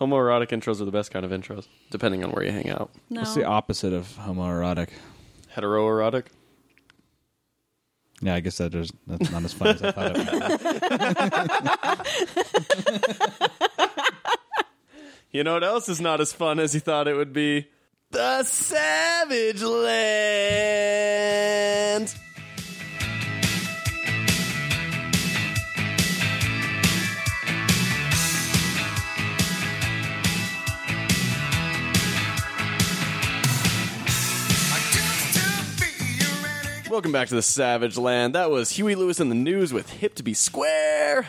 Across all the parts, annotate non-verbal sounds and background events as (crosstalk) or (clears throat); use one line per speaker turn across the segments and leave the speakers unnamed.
Homoerotic intros are the best kind of intros, depending on where you hang out.
No.
What's the opposite of homoerotic?
Heteroerotic.
Yeah, I guess that is that's not as fun as I thought it would. be.
You know what else is not as fun as you thought it would be? The Savage Land. Welcome back to the Savage Land. That was Huey Lewis in the news with "Hip to Be Square."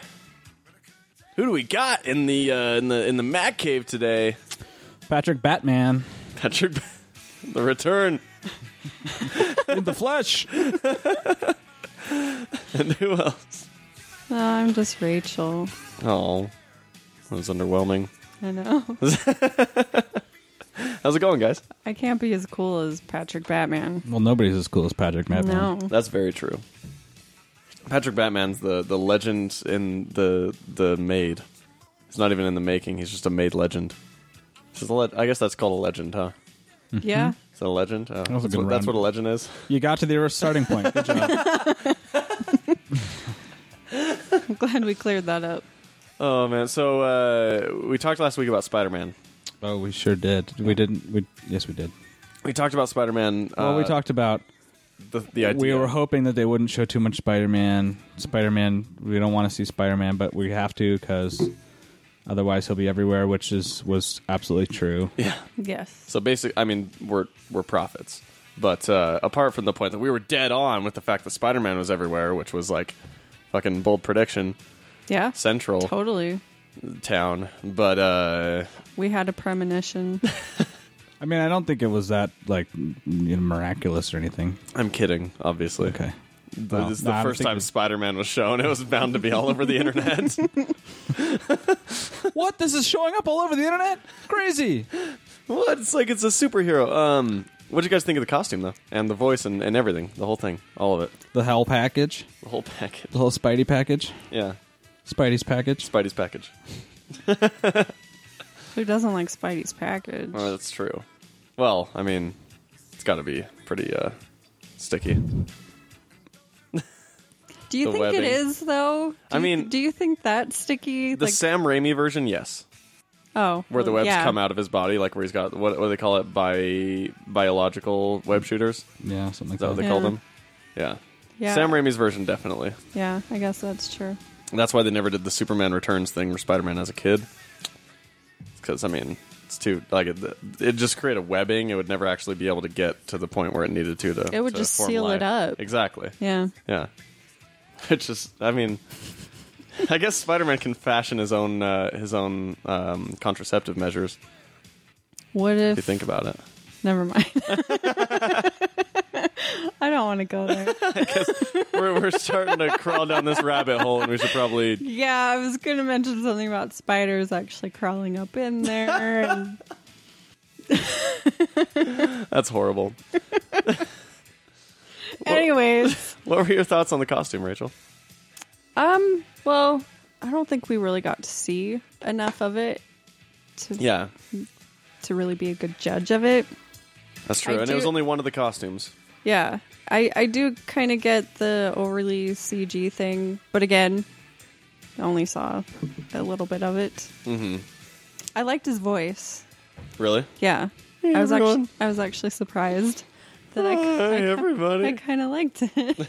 Who do we got in the uh, in the in the Mac cave today?
Patrick Batman
Patrick, the return,
in the flesh.
(laughs) and who else?
No, I'm just Rachel.
Oh, that was underwhelming.
I know. (laughs)
How's it going, guys?
I can't be as cool as Patrick Batman.
(laughs) Well, nobody's as cool as Patrick Batman.
No.
That's very true. Patrick Batman's the the legend in the the made. He's not even in the making. He's just a made legend. It's just a le- I guess that's called a legend, huh? Mm-hmm.
Yeah.
Is that a legend? Oh,
was a
that's,
good
what, that's
run.
what a legend is.
You got to the starting point. Good job.
I'm glad we cleared that up.
Oh man! So uh, we talked last week about Spider Man.
(laughs) oh, we sure did. We didn't. We yes, we did.
We talked about Spider Man.
Well, we talked about
the, Uh, the idea.
we were hoping that they wouldn't show too much Spider-Man. Spider-Man, we don't want to see Spider-Man, but we have to because otherwise he'll be everywhere, which is was absolutely
(laughs)
true.
yeah.
Yes.
So basically, I mean, we're we're prophets, but uh, apart from the point that we were dead on with the fact that Spider Man was everywhere, which was like fucking bold prediction,
Yeah.
central
Totally.
town. But uh,
We had
(laughs)
a premonition.
I mean, I don't think it was that like m- you know, miraculous or anything.
I'm kidding, obviously.
Okay.
But
Well,
this is
no,
the
I don't
first
think
time
it-
Spider Man was shown. It was bound to be all (laughs) over the internet.
What? This is showing up all over the internet? Crazy.
what? It's like it's a superhero. Um, what do you guys think of the costume though, and the voice and, and everything, the whole thing, all of it,
The hell package,
the whole package.
the whole Spidey package,
Yeah,
Spidey's package.
Spidey's package.
Who doesn't like Spidey's package?
Oh, that's true. Well, I mean, it's got to be pretty uh, sticky.
Do you
the
think
webbing.
it is though? Do
I
you-
mean-
do you think that sticky?
The
like,
Sam Raimi version, yes,
oh,
where the webs
yeah.
come out of his body, like where he's got what, what do they call it, bi- biological web shooters.
Yeah, something like
Is that what
that.
they call them? Yeah.
Yeah.
Sam Raimi's version, definitely.
Yeah, I guess that's true.
That's why they never did the Superman Returns thing where Spider-Man has a kid. Because I mean, it's too like it, it just create a webbing. It would never actually be able to get to the point where it needed to. to
It would
to
just
form
seal
life.
it up.
Exactly.
Yeah.
Yeah. (laughs) It's just, I mean, I guess Spider-Man can fashion his own uh, his own um, contraceptive measures.
What
If you
if?
think about it, (laughs)
Never mind. (laughs) I don't want to go there.
we're we're starting to crawl down this rabbit hole, and we should probably
Yeah, I was going to mention something about spiders actually crawling up in there. (laughs) And
that's horrible.
anyways,
What were your thoughts on the costume, Rachel?
um, well, I don't think we really got to see enough of it to
Yeah,
to really be a good judge of it.
that's true.
I
and it was
do-
only one of the costumes.
Yeah, I I do kind of get the overly CG thing, but again, I only saw a little bit of it. Mm-hmm. I liked his voice.
Really?
Yeah, I Uh, was
everyone.
actually I was actually surprised that I,
Hey, everybody.
kind of liked it.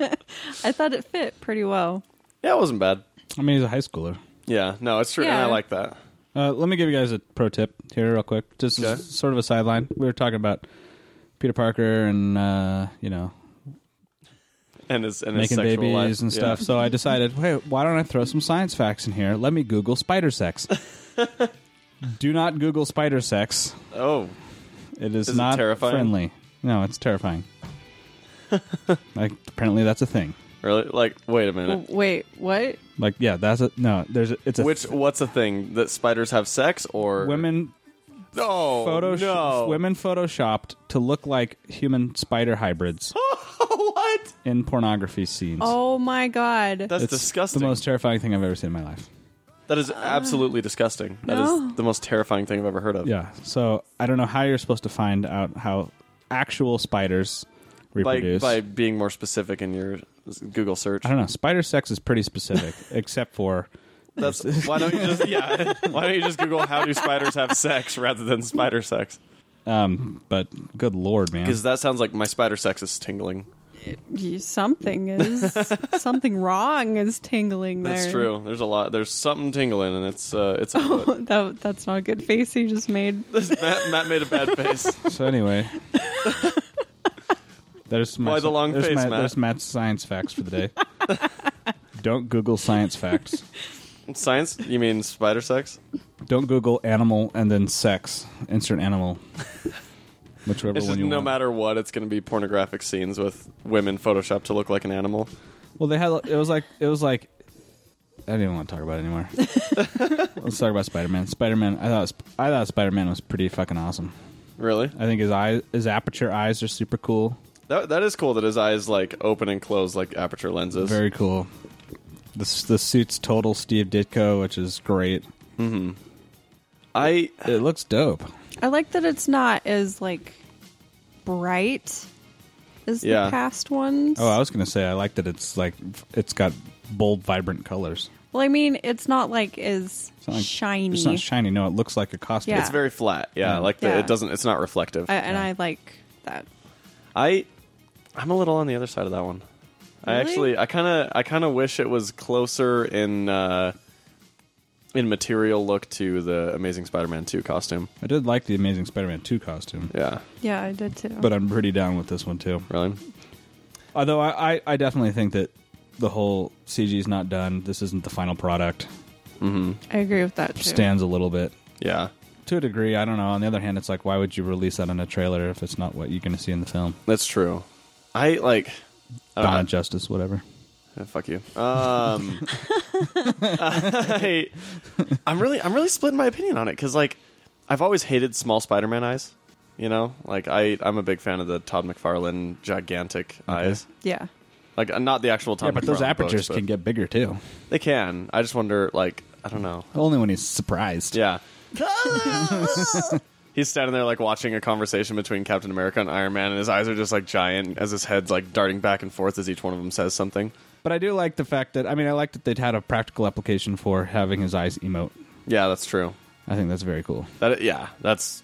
(laughs) I thought it fit pretty well.
yeah, it wasn't bad.
I mean, he's a high schooler.
Yeah, no, it's true, and I
Yeah.
like that.
Uh, let me give you guys a pro tip here, real quick. Just
Okay.
s- sort of a sideline. We were talking about Peter Parker and uh, you know
And his and his
making
sexual
babies
life.
and
Yeah.
stuff. So I decided, hey, why don't I throw some science facts in here? Let me Google
(laughs)
spider sex. Do not Google spider sex.
Oh,
It is,
Is it
not
terrifying?
friendly. No,
(laughs)
it's terrifying. like apparently that's a thing.
really? Like, wait a minute.
W- Wait, what?
Like yeah, that's a no. There's a, it's a
Which what's a thing that spiders have sex or
women
No,
photo
no.
women photoshopped to look like human spider hybrids
(laughs) what?
in pornography scenes.
Oh my god!
That's
It's
disgusting.
The most terrifying thing I've ever seen in my life.
That is absolutely disgusting. That is
no.
the most terrifying thing I've ever heard of.
Yeah. So I don't know how you're supposed to find out how actual spiders
By,
reproduce.
by being more specific in your Google search.
I don't know. Spider sex is
(laughs)
pretty specific, except for
That's why don't you just yeah. (laughs) Why don't you just Google how do spiders have sex rather than spider sex?
um. But good lord, man.
Because that sounds like my spider sex is tingling.
You- Something
(laughs)
is something wrong is tingling there.
That's true. There's a lot. There's something tingling, and it's uh, (laughs) it's. Matt,
(laughs) that, that's not a good face you just
(laughs)
made.
Matt made a bad face. (laughs)
So anyway. There's my,
Why the long
there's
face,
my-
Matt?
There's Matt's science facts for the day. Don't Google science facts.
Science? You mean spider sex?
Don't Google animal and then sex.
(laughs)
Insert animal. Whichever
It's
one
just
you
no
want.
matter what, it's going to be pornographic scenes with women photoshopped to look like an animal.
Well, they had it was like it was like I don't even want to talk about it
(laughs)
anymore. Let's talk about Spider Man. Spider Man. I thought Sp- I thought Spider Man was pretty fucking awesome.
Really?
I think his eye his aperture eyes are super cool.
That that is cool that his eyes like open and close like aperture lenses.
Very cool. This the suit's total Steve Ditko, which is great.
I
It looks dope.
I like that it's not as like bright as
Yeah.
the past ones.
Oh, I was gonna say I like that it's like it's got bold, vibrant colors.
well, I mean, it's not like as
It's not like-
shiny.
It's not shiny. No, it looks like a costume.
Yeah.
it's very flat. Yeah,
Yeah.
like the,
Yeah.
it doesn't. It's not reflective.
I, and I like that.
I I'm a little on the other side of that one. I
Really?
actually I kind of I kind of wish it was closer in uh in material look to the Amazing Spider-Man 2 costume.
I did like the Amazing Spider-Man two costume,
Yeah.
Yeah, I did too.
but I'm pretty down with this one too.
Really?
Although I, I, I definitely think that the whole CG is not done. This isn't the final product.
I agree with that too.
Stands a little bit
Yeah.
to a degree. I don't know. On the other hand, it's like why would you release that in a trailer if it's not what you're going to see in the film?
That's true. I like I don't
Dawn
know.
of Justice, whatever.
Uh, fuck you.
(laughs)
Um, I, am really, I'm really splitting my opinion on it because, like, I've always hated small Spider-Man eyes. You know, like I, I'm a big fan of the Todd McFarlane gigantic eyes.
yeah.
Like, uh, not the actual Todd.
yeah, but those
McFarlane
apertures
books, but
can get bigger too.
They can. I just wonder, like, I don't know.
Only when he's surprised. (laughs)
Yeah. He's standing there like watching a conversation between Captain America and Iron Man, and his eyes are just like giant as his head's like darting back and forth as each one of them says something.
But I do like the fact that I mean I like that they'd had a practical application for having his eyes emote.
Yeah, that's true.
I think that's very cool
That yeah, that's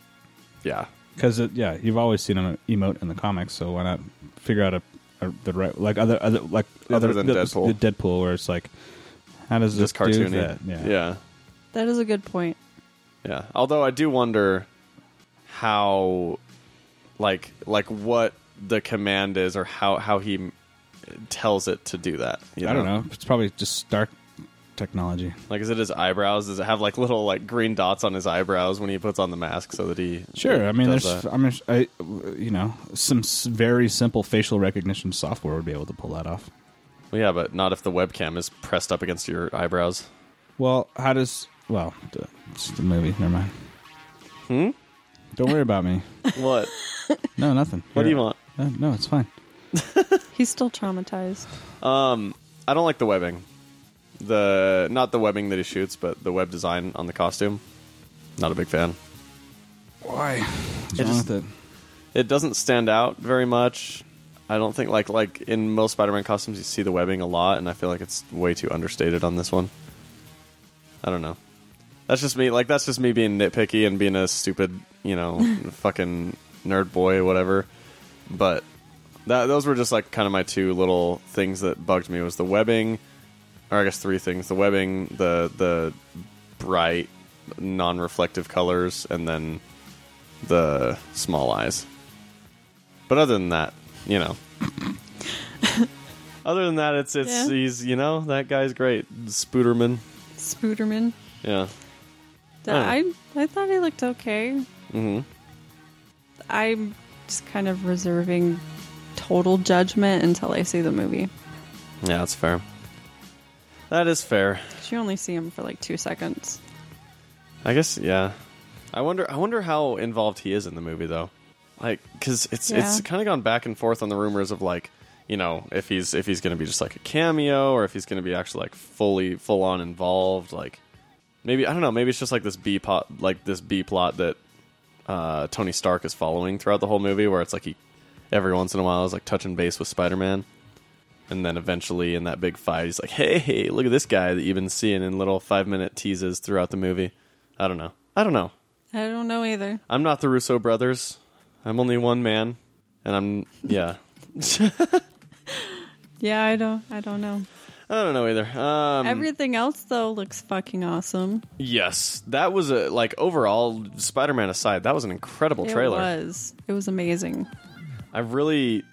yeah.
because yeah, you've always seen him emote in the comics, so why not figure out a, a the right like other other like
Other than
the,
Deadpool.
the Deadpool where it's like how does this
Just
do
cartoony.
that? Yeah.
yeah,
That is a good point.
yeah. Although I do wonder how, like, like what the command is, or how how he m- tells it to do that. you
I don't know. It's probably just Stark technology.
Like, is it his eyebrows? Does it have like little like green dots on his eyebrows when he puts on the mask so that he?
Sure. I mean,
does
there's
that?
I mean, I you know some s- very simple facial recognition software would be able to pull that off.
Well, yeah, but not if the webcam is pressed up against your eyebrows.
Well, how does well d- it's the movie? Never mind.
Hmm?
Don't worry about me.
What?
No, nothing.
(laughs) what do you
You're-
want?
Uh, no, it's fine.
He's still traumatized.
Um, I don't like the webbing. The not the webbing that he shoots, but the web design on the costume. Not a big fan.
Why?
It just-
with it?
It doesn't stand out very much. I don't think like like in most Spider-Man costumes you see the webbing a lot, and I feel like it's way too understated on this one. I don't know. That's just me. Like that's just me being nitpicky and being a stupid, you know, fucking nerd boy, whatever. But that those were just like kind of my two little things that bugged me was the webbing, or I guess three things: the webbing, the the bright, non-reflective colors, and then the small eyes. But other than that, you know. other than that, it's it's
Yeah.
he's you know that guy's great, Spooderman.
Spooderman.
Yeah.
Th- I I thought he looked okay.
hmm
I'm just kind of reserving total judgment until I see the movie.
Yeah, that's fair. That is fair.
'Cause You only see him for like two seconds.
I guess. Yeah. I wonder. I wonder how involved he is in the movie, though. Like, because it's it's
Yeah.
kind of gone back and forth on the rumors of like, you know, if he's if he's going to be just like a cameo or if he's going to be actually like fully full on involved. Like, Maybe I don't know. Maybe it's just like this B plot, like this B plot that uh, Tony Stark is following throughout the whole movie, where it's like he every once in a while is like touching base with Spider Man, and then eventually in that big fight, he's like, "Hey, hey, look at this guy that you've been seeing in little five minute teases throughout the movie." I don't know. I don't know.
I don't know either.
I'm not the Russo brothers. I'm only one man, and I'm yeah.
Yeah, I don't. I don't know.
I don't know either. Um,
Everything else though looks fucking awesome.
yes, that was a like overall Spider Man aside, that was an incredible trailer.
It was. It was amazing.
I really,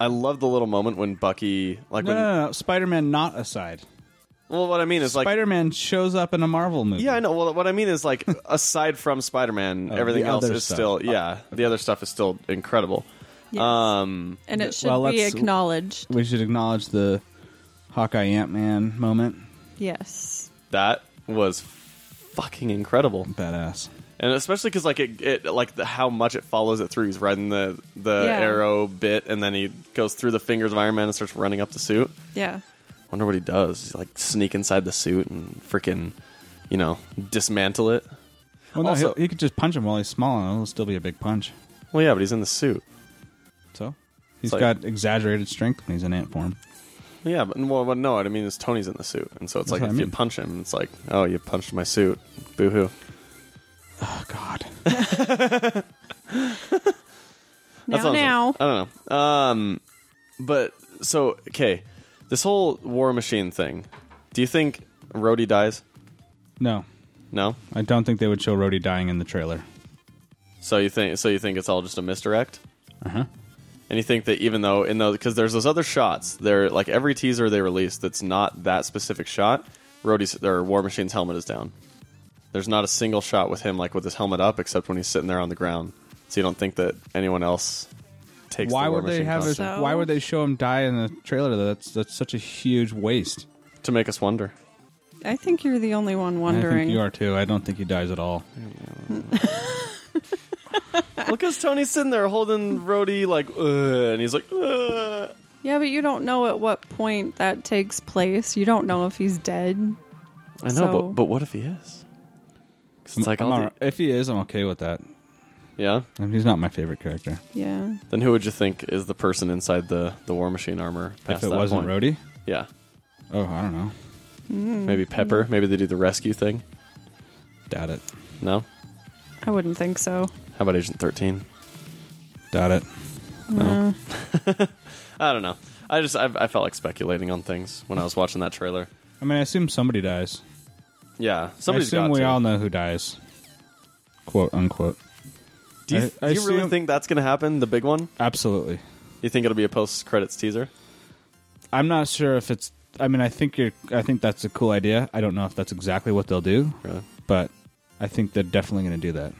I love the little moment when Bucky like
No,
when
no, no, no. Spider Man not aside.
well, what I mean is like
Spider Man shows up in a Marvel movie.
yeah, I know. Well, what I mean is like (laughs) aside from Spider Man,
Oh,
everything
the
else
other
is
stuff.
still yeah. The other stuff is still incredible.
Yes.
Um,
and it should
well,
be
let's-
acknowledged.
We should acknowledge the Hawkeye Ant Man moment.
Yes.
that was fucking incredible.
Badass.
and especially because like it, it like the, how much it follows it through. He's riding the the
Yeah.
arrow bit, and then he goes through the fingers of Iron Man and starts running up the suit.
Yeah.
Wonder what he does. He's like sneak inside the suit and freaking, you know, dismantle it.
Well, no,
Also-
he'll- he could just punch him while he's small, and it'll still be a big punch.
Well, yeah, but he's in the suit.
So he's
like-
got exaggerated strength when he's in ant form.
Yeah, but well, but no, what I mean is Tony's in the suit, and so it's
That's
like
what
if
I
you
mean.
punch him, it's like, oh, you punched my suit. Boo hoo.
Oh God.
That's
Now,
what I'm saying.
now.
I don't know. Um, but so okay, this whole War Machine thing. Do you think Rhodey dies?
(laughs) no,
No.
I don't think they would show Rhodey dying in the trailer.
So you think so you think it's all just a misdirect?
Uh
Uh-huh.
huh.
And you think that even though in those because there's those other shots, they're like every teaser they release that's not that specific shot, Rhodey's or War Machine's helmet is down. There's not a single shot with him like with his helmet up except when he's sitting there on the ground. So you don't think that anyone else takes.
Why
the War
would they
Machine
have? His,
costume?
costume.
why would they show him die in the trailer? Though that's that's such a huge waste.
to make us wonder?
I think you're the only one
I think
wondering.
you are too. I don't think he dies at all.
Look, as Tony's sitting there holding Rhodey like, "Ugh," and he's like, "Ugh."
Yeah, but you don't know at what point that takes place. You don't know if he's dead.
I know,
So-
but but what if he is? 'Cause it's like,
I'm
all the-
alright. if he is, I'm okay with that.
yeah.
I mean, he's not my favorite character.
Yeah.
Then who would you think is the person inside the the War Machine armor? Past
if it
that
wasn't
point?
Rhodey, Hmm.
Yeah.
oh, I don't know.
Maybe Pepper. Maybe they do the rescue thing.
Doubt it.
No.
I wouldn't think so.
How about Agent Thirteen?
Doubt it.
No.
I don't know. I just I, I felt like speculating on things when I was watching that trailer.
I mean, I assume somebody dies.
Yeah, somebody's
I assume
got
we
to.
all know who dies. Quote unquote.
do you,
I- I
do you really
assume-
think that's going to happen? The big one?
Absolutely.
You think it'll be a post credits teaser?
I'm not sure if it's. I mean, I think you're. I think that's a cool idea. I don't know if that's exactly what they'll do,
Really?
but I think they're definitely going to do that.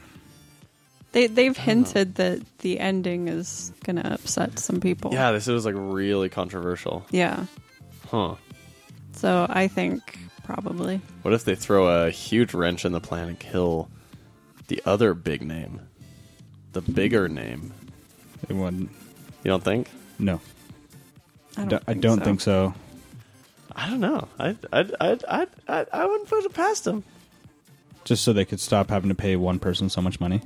They they've hinted that the ending is gonna upset some people.
Yeah, this was like really controversial,
Yeah.
huh?
So I think probably.
What if they throw a huge wrench in the plan and kill the other big name, the bigger name?
It wouldn't.
You don't think?
No,
I don't,
D-
think,
I don't
so.
think so.
I don't know. I I I I I, I wouldn't put it past him.
Just so they could stop having to pay one person so much money.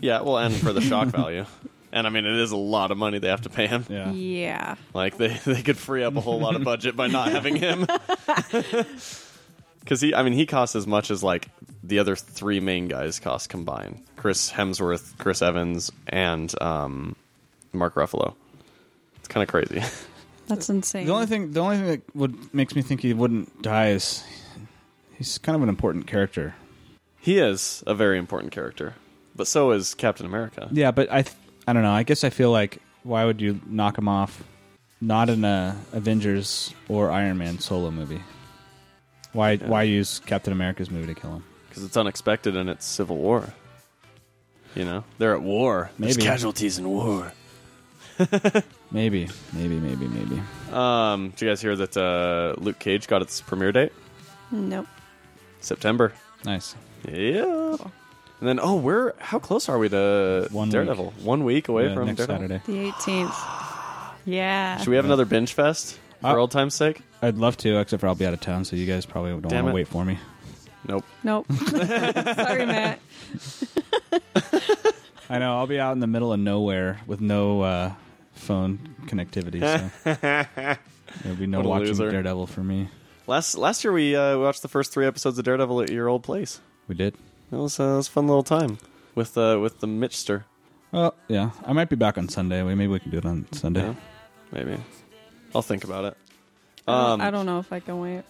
Yeah, well, and for the shock value. And I mean, it is a lot of money they have to pay him.
Yeah.
Yeah.
Like they, (laughs) they could free up a whole lot of budget by not having him. (laughs) Because he, I mean, he costs as much as like the other three main guys cost combined: Chris Hemsworth, Chris Evans, and um, Mark Ruffalo. It's kind of crazy. (laughs)
That's insane.
The only thing, the only thing that would makes me think he wouldn't die is he's kind of an important character.
he is a very important character, but so is Captain America.
Yeah, but I, th- I don't know. I guess I feel like why would you knock him off? Not in a Avengers or Iron Man solo movie. Why? Why use Captain America's movie to kill him?
because it's unexpected and it's civil war. You know, they're at war. There's
Maybe.
casualties in war.
Maybe, maybe, maybe, maybe.
Um, did you guys hear that uh, Luke Cage got its premiere date?
Nope.
September.
Nice.
Yeah. And then, oh, we're how close are we to
One week.
Daredevil? One week away
Yeah,
from
next
Daredevil.
Saturday.
The eighteenth. Yeah.
Should we have another binge fest for
Uh,
old time's sake?
I'd love to, except for I'll be out of town, so you guys probably don't
Damn
want to
it.
wait for me.
Nope. (laughs)
Nope. Sorry, Matt.
I know. I'll be out in the middle of nowhere with no uh, phone connectivity, so
(laughs)
there'll be no
What a
watching
loser.
Daredevil for me.
Last last year we uh, we watched the first three episodes of Daredevil at your old place.
We did.
It was, uh, it was a fun little time with uh, with the Mitchster.
Well, yeah. I might be back on Sunday. We maybe we can do it on Sunday.
Yeah, maybe. I'll think about it.
I
Um,
don't- I don't know if I can wait.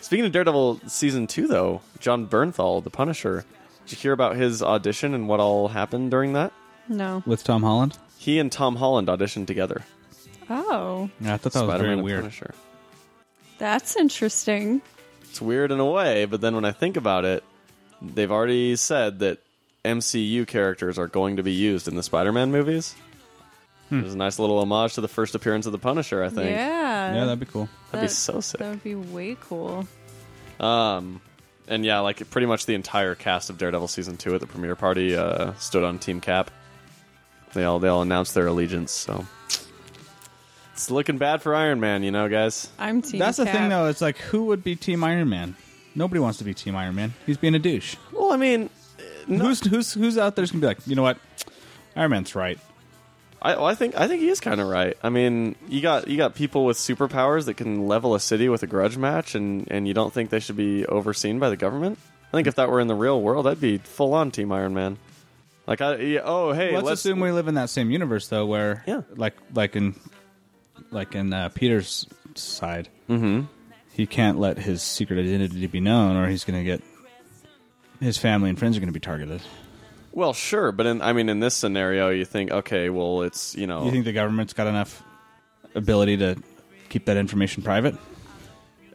Speaking of Daredevil season two, though, John Bernthal, the Punisher, did you hear about his audition and what all happened during that?
No.
With Tom Holland.
He and Tom Holland auditioned together.
Oh,
Yeah, I thought that was
Spider-Man
very
and
weird.
Punisher.
that's interesting.
It's weird in a way, but then when I think about it, they've already said that MCU characters are going to be used in the Spider-Man movies. There's a nice little homage to the first appearance of the Punisher, I think.
Yeah.
Yeah, that'd be cool.
That'd be so sick.
That would be way cool.
Um, and yeah, like pretty much the entire cast of Daredevil season two at the premiere party uh, stood on Team Cap. They all they all announced their allegiance. So it's looking bad for Iron Man, you know, guys.
I'm team.
That's the
Cap.
thing, though. It's like, who would be Team Iron Man? Nobody wants to be Team Iron Man. He's being a douche.
Well, I mean,
Who's who's who's out there's gonna be like, you know what? Iron Man's right.
I, well, I think I think he is kind of right. I mean, you got you got people with superpowers that can level a city with a grudge match, and and you don't think they should be overseen by the government. I think if that were in the real world, I'd be full on Team Iron Man. Like, I yeah, oh hey,
let's, assume we live in that same universe though, where
Yeah.
like like in like in uh, Peter's side, mm-hmm. he can't let his secret identity be known, or he's gonna get his family and friends are gonna be targeted.
Well, sure, but in, I mean, in this scenario, you think, okay, well, it's you know,
You think the government's got enough ability to keep that information private?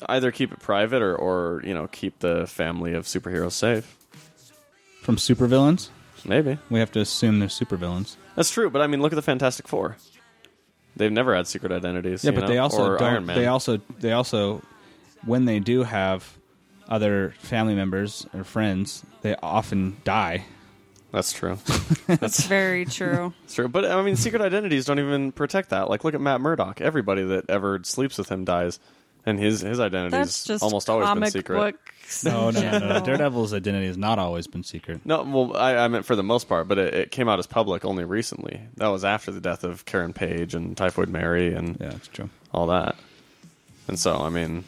either keep it private or, or you know, keep the family of superheroes safe.
From supervillains?
Maybe
We have to assume they're supervillains.
that's true, but I mean, look at the Fantastic Four. They've never had secret identities.
Yeah,
you
but
know,
they also
or
don't,
Iron Man.
they also they also when they do have other family members or friends, they often die.
that's true.
That's
(laughs)
very true.
That's true. But I mean, secret identities don't even protect that. Like, look at Matt Murdock. Everybody that ever sleeps with him dies, and his his
That's
identity's
just
almost always
comic
been secret.
books in
(laughs) Oh, No,
(laughs)
no, no, no.
general.
Daredevil's identity has not always been secret.
No, well, I, I meant for the most part, but it, it came out as public only recently. That was after the death of Karen Page and Typhoid Mary and
Yeah, that's true.
all that. And so, I mean,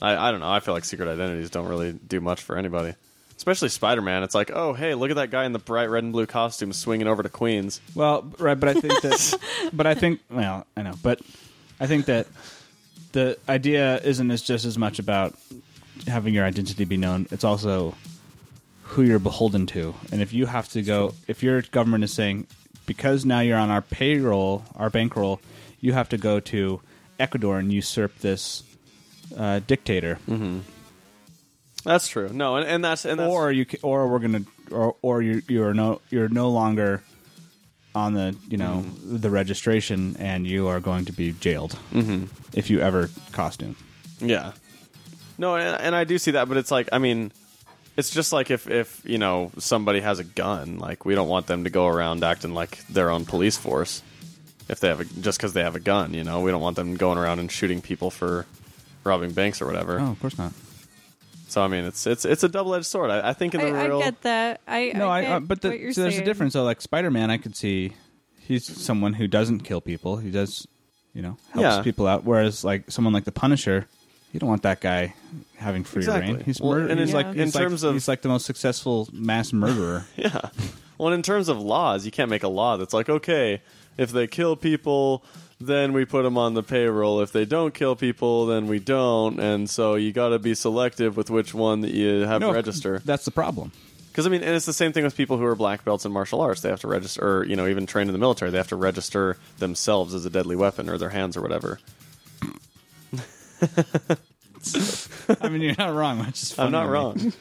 I, I don't know. I feel like secret identities don't really do much for anybody, especially Spider Man. It's like, oh, hey, look at that guy in the bright red and blue costume swinging over to Queens.
Well, b- right, but I think that, but I think, well, I know, but I think that the idea isn't as just as much about having your identity be known. It's also who you're beholden to, and if you have to go, if your government is saying because now you're on our payroll, our bankroll, you have to go to Ecuador and usurp this uh, dictator,
That's true. No, and, and that's and that's,
or you, ca- or we're gonna, or or you you are no you're no longer on the you know
Mm-hmm.
the registration, and you are going to be jailed
Mm-hmm.
if you ever costume.
Yeah. No, and, and I do see that, but it's like I mean, it's just like if if you know somebody has a gun, like we don't want them to go around acting like their own police force. If they have a, just because they have a gun, you know, we don't want them going around and shooting people for robbing banks or whatever.
Oh, of course not.
So I mean, it's it's it's a double edged sword. I, I think in the
I,
real
I get that. I
No,
I,
I,
get
uh, but the,
what you're
so there's
saying.
a difference though. Like Spider Man, I could see he's someone who doesn't kill people. He does, you know, helps
Yeah.
people out. Whereas like someone like the Punisher. You don't want that guy having free
Exactly.
reign. He's
Well,
murder-
and
he's
in-
like
in
he's like-
terms of-
he's like the most successful
(laughs)
mass murderer.
Yeah. Well, in terms of laws, you can't make a law that's like, okay, if they kill people, then we put them on the payroll. If they don't kill people, then we don't. And so you got to be selective with which one that you have
No,
register.
That's the problem.
Because I mean, and it's the same thing with people who are black belts in martial arts. They have to register, or you know, even trained in the military, they have to register themselves as a deadly weapon or their hands or whatever.
I mean, you're not wrong. (laughs) Which is funny
I'm not
to me.
wrong.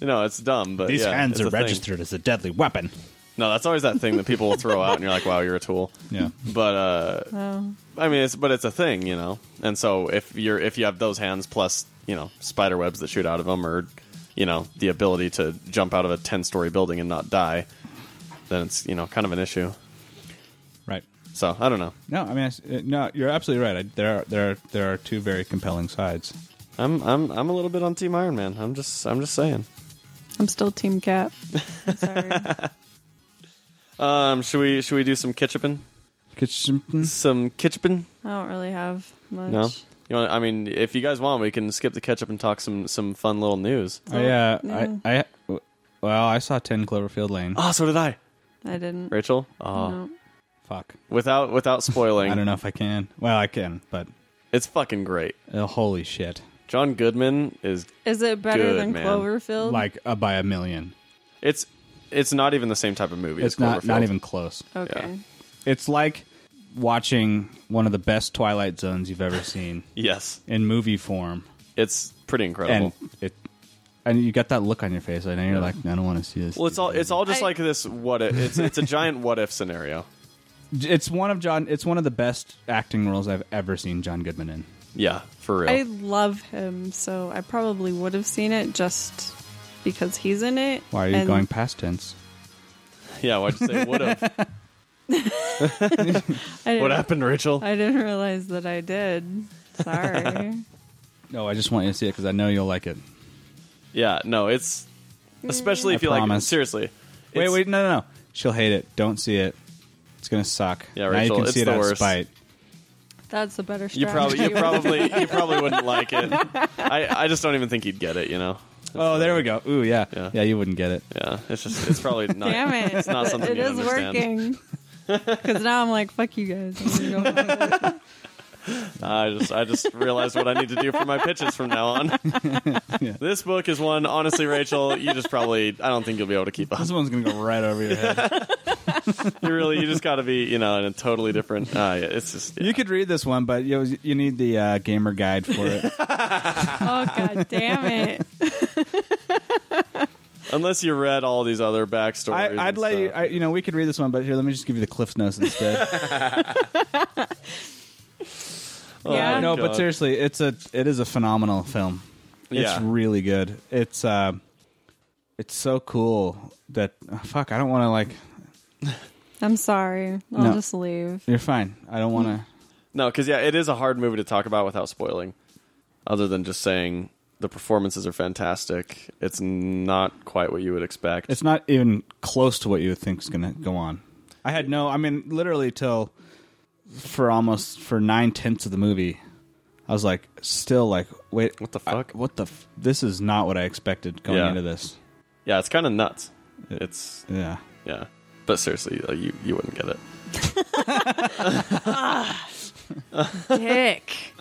You know, it's dumb, but
These
yeah,
hands
it's
are
a thing.
registered as a deadly weapon.
No, that's always that thing that people will throw out, and you're like, "Wow, you're a tool."
Yeah.
But uh,
Oh.
I mean, it's but it's a thing, you know. And so if you're if you have those hands plus you know spider webs that shoot out of them, or you know the ability to jump out of a ten story building and not die, then it's you know kind of an issue.
Right.
So I don't know.
No, I mean, I s- uh, no, you're absolutely right. I, there, are, there, are, there are two very compelling sides.
I'm I'm I'm a little bit on Team Iron Man. I'm just I'm just saying.
I'm still Team
(laughs)
Cap. I'm sorry.
Um, should we should we do some kitchipin?
Kitchen-
Some kitchipin?
I don't really have much.
No. You want? I mean, if you guys want, we can skip the ketchup and talk some some fun little news.
I, uh,
no.
I, I, well, I saw 10 Cloverfield Lane.
Oh, so did I,
I didn't.
Rachel. Oh,
No.
Fuck.
without without spoiling,
(laughs) I don't know if I can. Well, I can, but
it's fucking great.
uh, holy shit.
John Goodman is
Is it better
Good,
than
man.
Cloverfield?
Like uh, by a million.
it's it's not even the same type of movie.
It's,
as
not, not
Cloverfield.
even close.
okay.
It's like watching one of the best Twilight Zones you've ever
(laughs)
seen
Yes,
in movie form.
it's pretty incredible.
And it, and you got that look on your face, and you're like, I don't want to see this.
well, it's all it's all just
I-
like this. What if it's it's a giant what if scenario.
It's one of John. It's one of the best acting roles I've ever seen John Goodman in.
Yeah, for real.
I love him, so I probably would have seen it just because he's in it.
Why are you
and-
going past tense?
yeah, why'd you say would have?
I didn't,
(laughs) what happened, Rachel?
I didn't realize that I did.
(laughs)
Sorry.
No, I just want you to see it because I know you'll like it.
Yeah, no, it's especially if
I
you like
promise.
seriously.
Wait,
it's-
wait, no, no, no. She'll hate it. Don't see it. It's gonna suck.
Yeah,
now you
Rachel,
can
it's
see it
the
out of
worst.
spite.
That's a better strategy.
You probably
(laughs)
you
wouldn't
probably you probably wouldn't like it. I I just don't even think you'd get it. You know.
Oh, there we go. Ooh, yeah.
Yeah.
yeah, You wouldn't get it.
Yeah, it's just it's probably not.
Damn it.
It's not something
It
you'd
is
understand.
working.
(laughs)
Because now I'm like, fuck you guys. I'm gonna go home.
I just I just realized what I need to do for my pitches from now
(laughs)
on. This book is one, honestly, Rachel. You just probably I don't think you'll be able to keep up. (laughs)
(laughs) This one's gonna go right over your head.
You really you just got to be you know in a totally different. Uh, yeah, it's just yeah.
You could read this one, but you you need the uh, gamer guide for (laughs) it.
oh,
(laughs)
god damn it.
unless you read all these other backstories.
I, I'd
and
let you.
stuff.
I, you know, we could read this one, but here, let me just give you the Cliff's Notes instead.
Oh,
Yeah.
no,
God.
but seriously, it's a it is a phenomenal film.
Yeah.
It's really good. It's uh, it's so cool that uh, fuck. I don't want to like.
I'm sorry. I'll
No.
just leave.
You're fine. I don't want to.
No, because yeah, it is a hard movie to talk about without spoiling. Other than just saying the performances are fantastic, it's not quite what you would expect.
It's not even close to what you would think is going to go on. I had no. I mean, literally till for almost for nine tenths of the movie, I was like, still like, wait,
What the
I-
fuck?
what the? F- this is not what I expected going
Yeah.
into this.
yeah, it's kind of nuts. It's
Yeah.
yeah, but seriously, uh, you you wouldn't get it.
Dick.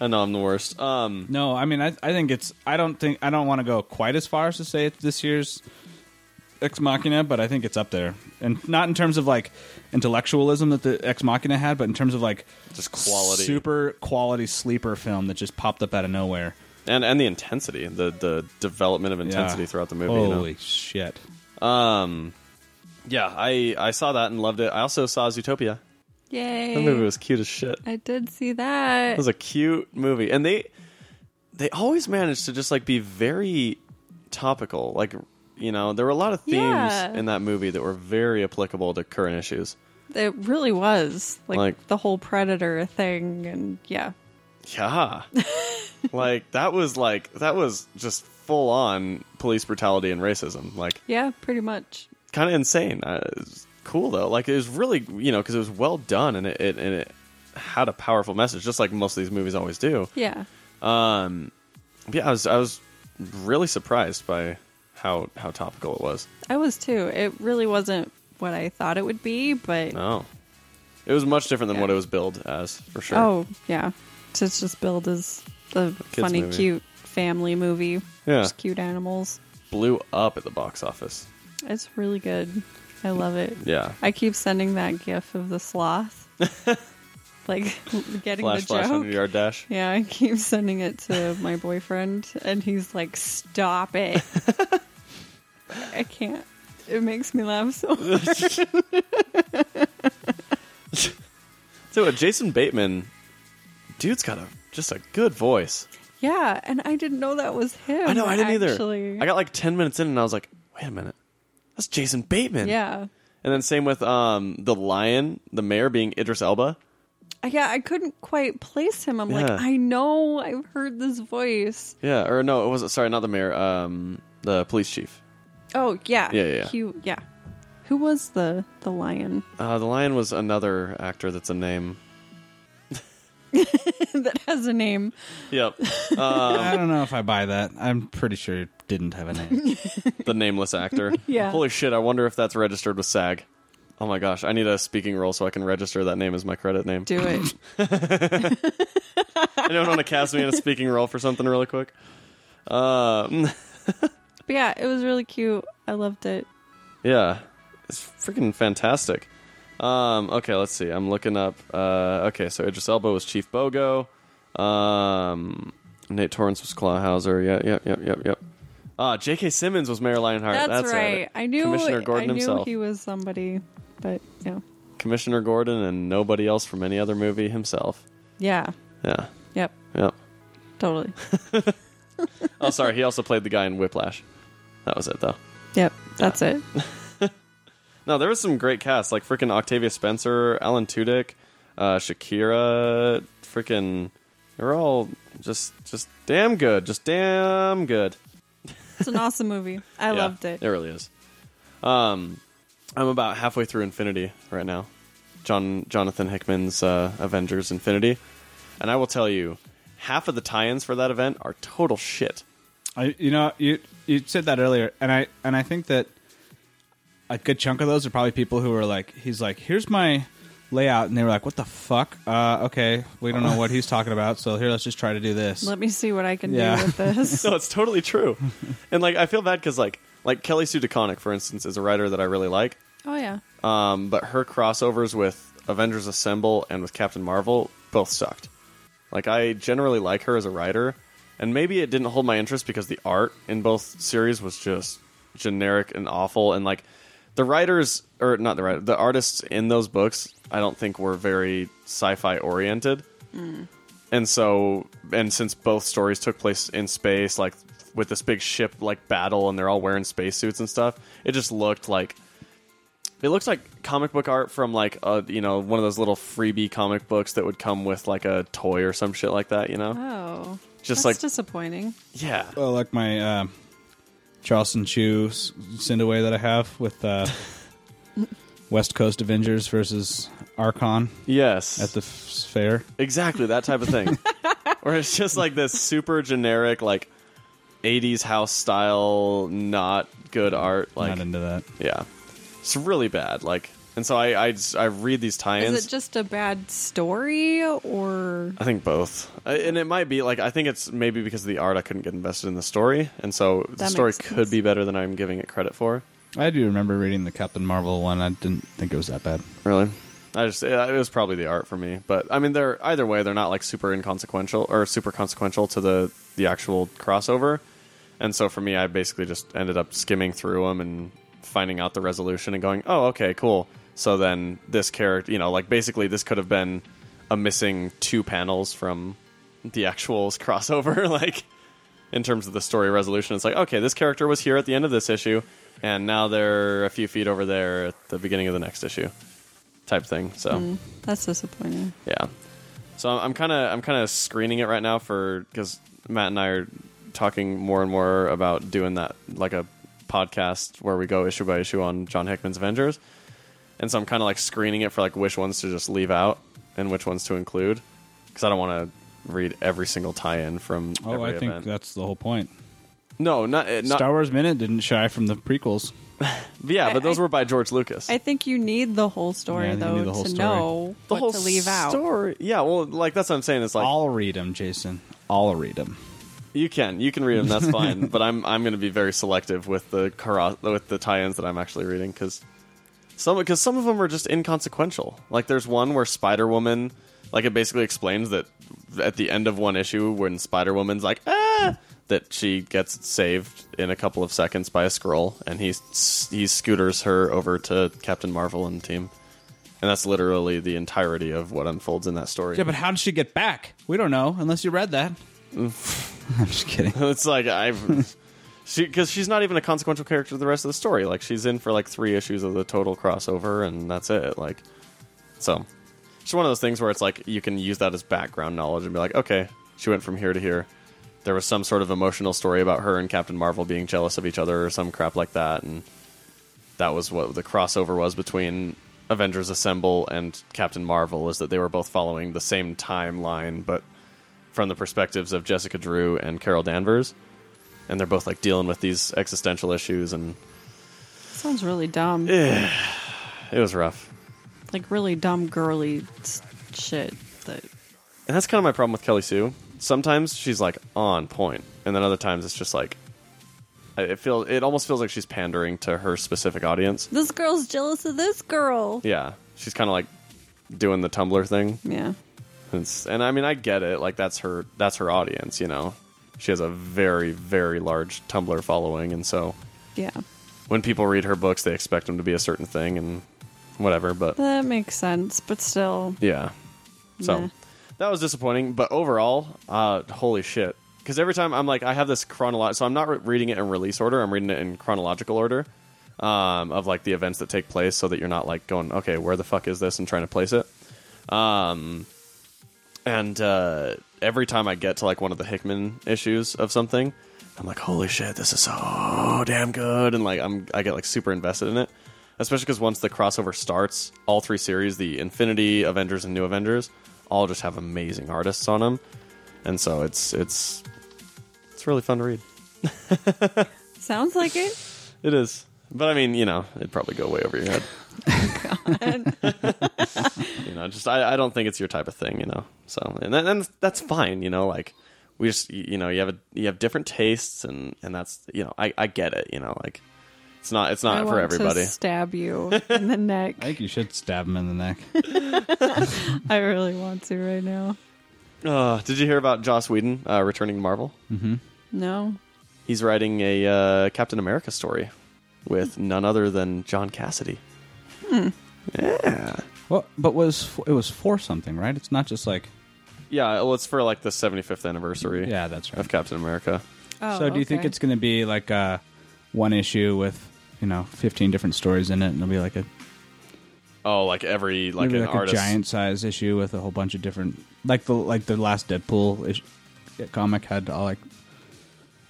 I know I'm the worst. Um,
No, I mean, I, I think it's. I don't think I don't want to go quite as far as to say it's this year's Ex Machina, but I think it's up there, and not in terms of like intellectualism that the Ex Machina had, but in terms of like
Just quality.
super quality sleeper film that just popped up out of nowhere.
and and the intensity, the the development of intensity
Yeah.
throughout the movie. you know?
Holy shit!
Um, yeah, I I saw that and loved it. I also saw Zootopia.
Yay.
That movie was cute as shit.
I did see that.
It was a cute movie, and they they always managed to just like be very topical. Like you know, there were a lot of themes
Yeah.
in that movie that were very applicable to current issues.
It really was. Like,
Like-
the whole predator thing and yeah.
Yeah, like that was like that was just full on police brutality and racism. Like
Yeah, pretty much.
kind of insane. Uh, it was cool though. Like it was really you know because it was well done and it, it and it had a powerful message, just like most of these movies always do.
Yeah.
Um, yeah, I was I was really surprised by how how topical it was.
I was too. It really wasn't what I thought it would be, but
No, Oh. it was much different than
Yeah.
what it was billed as for sure.
oh yeah. So it's just billed as the funny,
movie.
cute family movie.
Yeah.
Just cute animals.
blew up at the box office.
It's really good. I love it.
Yeah,
I keep sending that gif of
(laughs)
the sloth. like (laughs) getting
flash
the
flash
joke.
hundred yard dash.
(laughs) Yeah, I keep sending it to my boyfriend, and he's like,
(laughs)
"Stop it! I can't." It makes me laugh so. (laughs) much.
So uh, Jason Bateman, dude's got a just a good voice.
Yeah, and I didn't know that was him.
I know I didn't
actually.
either. I got like ten minutes in and I was like, wait a minute, that's Jason Bateman.
yeah.
And then same with um the lion, the mayor being Idris Elba.
I- yeah, I couldn't quite place him. I'm like,
Yeah.
I know I've heard this voice.
Yeah, or no, it was sorry, not the mayor, um, the police chief.
Oh yeah,
Yeah, yeah, yeah.
He, yeah. Who was the the lion (laughs)
Uh, the lion was another actor that's a name.
that has a name?
Yep, Um,
I don't know if I buy that. I'm pretty sure it didn't have a
(laughs)
name.
(laughs) the nameless actor.
Yeah.
Holy shit! I wonder if that's registered with SAG. Oh my gosh, I need a speaking role so I can register that name as my credit name.
Do
(laughs)
it.
Anyone want to cast me in a speaking role for something really quick? Um,
but yeah, it was really cute. I loved it.
yeah, it's freaking fantastic. Um, okay, let's see. I'm looking up. Uh, okay, so Idris Elba was Chief Bogo. Um, Nate Torrance was Clawhauser. Yeah, yep, yep, yep, yep. Ah, J.K. Simmons was Mayor Lionheart. That's,
That's,
at
right.
it.
I knew
Commissioner Gordon
I knew
himself.
he was somebody, but yeah,
Commissioner Gordon and nobody else from any other movie himself.
yeah,
Yeah,
yep,
yep. (laughs)
totally,
Oh, sorry. He also played the guy in Whiplash. That was it, though.
yep. That's it.
No, there was some great casts, like freaking Octavia Spencer, Alan Tudyk, uh, Shakira, freaking. They're all just just damn good, just damn good. (laughs)
It's an awesome movie. I
Yeah,
loved it.
It really is. Um, I'm about halfway through Infinity right now, John Jonathan Hickman's uh, Avengers Infinity, and I will tell you, half of the tie-ins for that event are total shit. (laughs)
I, you know, you you said that earlier, and I and I think that a good chunk of those are probably people who are like, he's like, here's my layout, and they were like, what the fuck? Uh, okay, we don't know what he's talking about, so here, let's just try to do this.
Let me see what I can
Yeah.
do
(laughs)
with this.
No, it's totally
(laughs)
true. and like, I feel bad because like, like Kelly Sue DeConnick, for instance, is a writer that I really like.
oh yeah,
Um, but her crossovers with Avengers Assemble and with Captain Marvel both sucked. Like, I generally like her as a writer, and maybe it didn't hold my interest because the art in both series was just generic and awful. And like, the writers, or not the writer, the artists in those books, I don't think were very sci-fi oriented. And so, and since both stories took place in space, like with this big ship like battle, and they're all wearing spacesuits and stuff, it just looked like it looks like comic book art from like a you know one of those little freebie comic books that would come with like a toy or some shit like that. You know,
oh,
Just
that's
like-
disappointing.
yeah,
Well, like my uh, Charleston Chew s- send away that I have with
(laughs)
uh, West Coast Avengers versus Archon
yes,
at the f- fair.
exactly that type of
(laughs)
thing, where it's just like this super generic like '80s house style, not good art. Like,
Not into that.
yeah, it's really bad. Like, and so I I, just- I read these tie-ins.
Is it just a bad story or
I think both, Uh, and it might be like I think it's maybe because of the art I couldn't get invested in the story, and so the
That
story
makes
could
sense.
be better than I'm giving it credit for.
I do remember reading the Captain Marvel one. I didn't think it was that bad.
Really, I just it, it was probably the art for me, but I mean they're either way they're not like super inconsequential or super consequential to the the actual crossover, and so for me I basically just ended up skimming through them and finding out the resolution and going oh okay cool so then this character you know like basically this could have been a missing two panels from the actual (laughs) crossover like in terms of the story resolution. It's like, okay, this character was here at the end of this issue, and now they're a few feet over there at the beginning of the next issue, type thing. So
that's disappointing?
yeah, so I'm kind of I'm kind of screening it right now for because Matt and I are talking more and more about doing that like a podcast where we go issue by issue on John Hickman's Avengers, and so I'm kind of like screening it for like which ones to just leave out and which ones to include because I don't want to read every single tie-in from
Oh,
every
I think
event.
that's the whole point.
no, not, eh, not
Star Wars Minute didn't shy from the prequels.
Yeah,
I-
but those
I-
were by George Lucas.
I think you need the whole story
Yeah, I think you
though
need the whole
to
story.
know
the
what
whole
to leave out.
story. Yeah, well, like that's what I'm saying. It's like
I'll read them, Jason. I'll read them.
you can you can read them. That's fine. But I'm I'm going to be very selective with the caro- with the tie-ins that I'm actually reading because some because some of them are just inconsequential. Like there's one where Spider Woman, like it basically explains that at the end of one issue when Spider Woman's like ah that she gets saved in a couple of seconds by a scroll and he s- he scooters her over to Captain Marvel and the team. And that's literally the entirety of what unfolds in that story.
Yeah, but how did she get back? We don't know unless you read that. (laughs) I'm just kidding.
(laughs) it's like I've she because she's not even a consequential character the rest of the story. Like she's in for like three issues of the total crossover, and that's it. Like so, It's one of those things where it's like you can use that as background knowledge and be like, okay, she went from here to here. There was some sort of emotional story about her and Captain Marvel being jealous of each other or some crap like that, and that was what the crossover was between Avengers Assemble and Captain Marvel is that they were both following the same timeline, but from the perspectives of Jessica Drew and Carol Danvers, and they're both like dealing with these existential issues, and
Sounds really dumb.
it was rough.
Like really dumb girly s- shit. That
And that's kind of my problem with Kelly Sue. Sometimes she's like on point, and then other times it's just like I- it feels it almost feels like she's pandering to her specific audience.
this girl's jealous of this girl.
Yeah, she's kind of like doing the Tumblr thing.
Yeah.
It's, and I mean, I get it. Like that's her that's her audience. You know, she has a very very large Tumblr following, and so
Yeah.
when people read her books, they expect them to be a certain thing and whatever. But
That makes sense, but still.
Yeah. So
Nah.
that was disappointing, but overall, uh, holy shit. Because every time I'm like, I have this chronological, so I'm not re- reading it in release order. I'm reading it in chronological order um, of like the events that take place, so that you're not like going, okay, where the fuck is this, and trying to place it. Um, and uh, every time I get to like one of the Hickman issues of something, I'm like, holy shit, this is so damn good, and like I'm I get like super invested in it, especially because once the crossover starts, all three series, the Infinity, Avengers, and New Avengers, all just have amazing artists on them, and so it's it's it's really fun to read.
Sounds like it.
It is, but I mean, you know, it'd probably go way over your head.
(laughs) And
you know just I, I don't think it's your type of thing you know so and then and that's fine you know like we just y- you know you have a you have different tastes and and that's you know i i get it you know like it's not it's
I
not for
want
everybody
To stab you
(laughs)
in the neck.
I think you should stab him in the neck.
I really want to right now.
uh, did you hear about joss whedon uh, returning to marvel
No.
he's writing a uh, captain america story with none other than john cassidy yeah
well, but was f- it was for something, right? It's not just like
yeah well it's for like the 75th anniversary
yeah, that's right.
of captain america
Oh,
so do you think
okay.
it's going to be like uh, one issue with you know fifteen different stories in it, and it'll be like a
oh like every like
maybe
an
like
artist
a giant size issue with a whole bunch of different like the like the last Deadpool ish, comic had all like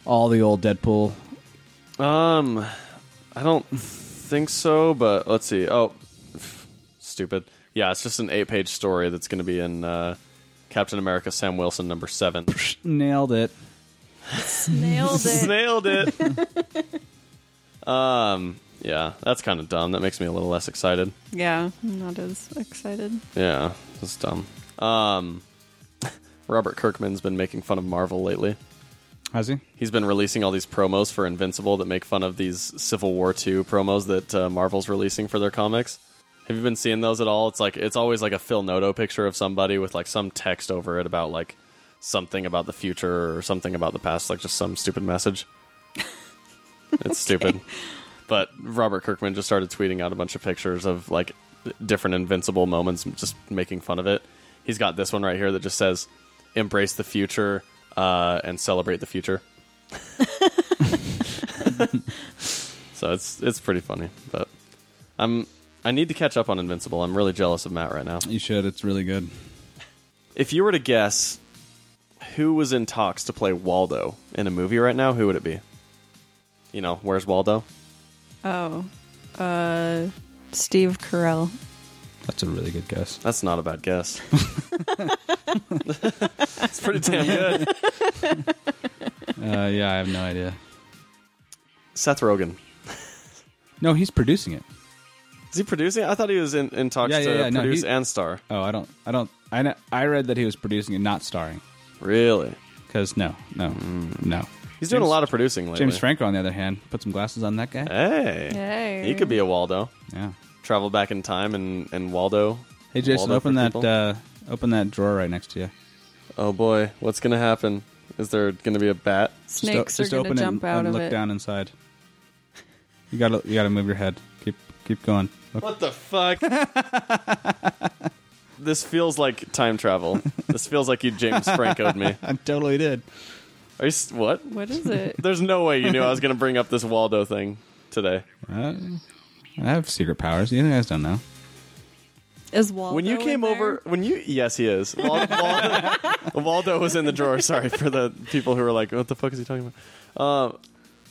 all the old Deadpool.
Um, I don't think so, but let's see. Oh, pff, stupid. Yeah, it's just an eight-page story that's going to be in uh, Captain America: Sam Wilson number seven.
Nailed it.
nailed it?
Nailed it. um, yeah, that's kind of dumb. That makes me a little less excited.
Yeah, I'm not as excited.
Yeah, that's dumb. Um, (laughs) Robert Kirkman's been making fun of Marvel lately.
Has he?
he's been releasing all these promos for Invincible that make fun of these Civil War II promos that uh, Marvel's releasing for their comics. Have you been seeing those at all? It's like it's always like a Phil Noto picture of somebody with like some text over it about like something about the future or something about the past, like just some stupid message. It's stupid. But Robert Kirkman just started tweeting out a bunch of pictures of like different invincible moments, just making fun of it. He's got this one right here that just says, "Embrace the future uh, and celebrate the future." so it's it's pretty funny, but I'm I need to catch up on Invincible. I'm really jealous of Matt right now.
You should. It's really good.
If you were to guess who was in talks to play Waldo in a movie right now, who would it be? You know, where's Waldo?
Oh, uh, Steve Carell.
That's a really good guess.
That's not a bad guess. it's pretty damn good.
(laughs) Uh, yeah, I have no idea.
Seth Rogen.
No, he's producing it.
Is he producing? I thought he was in, in talks
Yeah, yeah,
to
yeah, no,
produce
he-
and star.
Oh, I don't. I don't. I kn- I read that he was producing it, not starring.
Really?
Because no, no, no.
He's doing a
James-
lot of producing lately.
James Franco, on the other hand, put some glasses on that guy.
Hey.
Hey.
He could be a Waldo.
Yeah.
Travel back in time and, and Waldo.
Hey Jason,
Waldo
open
for
that
people.
uh, open that drawer right next to you.
oh boy, what's going to happen? Is there going to be a bat?
Just o-
Snakes
just
are going
open
to jump
it and,
out
and
of
look
it.
down inside. You gotta you gotta move your head. Keep keep going. Look.
What the fuck? (laughs) this feels like time travel. This feels like you James Francoed me.
(laughs) I totally did.
Are you s- what?
What is
(laughs)
it?
There's no way you knew I was going to bring up this Waldo thing today.
Uh, I have secret powers. You guys don't know.
Is Waldo
when you
in
came
there?
over, when you yes, he is. Wal- Waldo, Waldo was in the drawer. Sorry for the people who were like, "What the fuck is he talking about?" Um,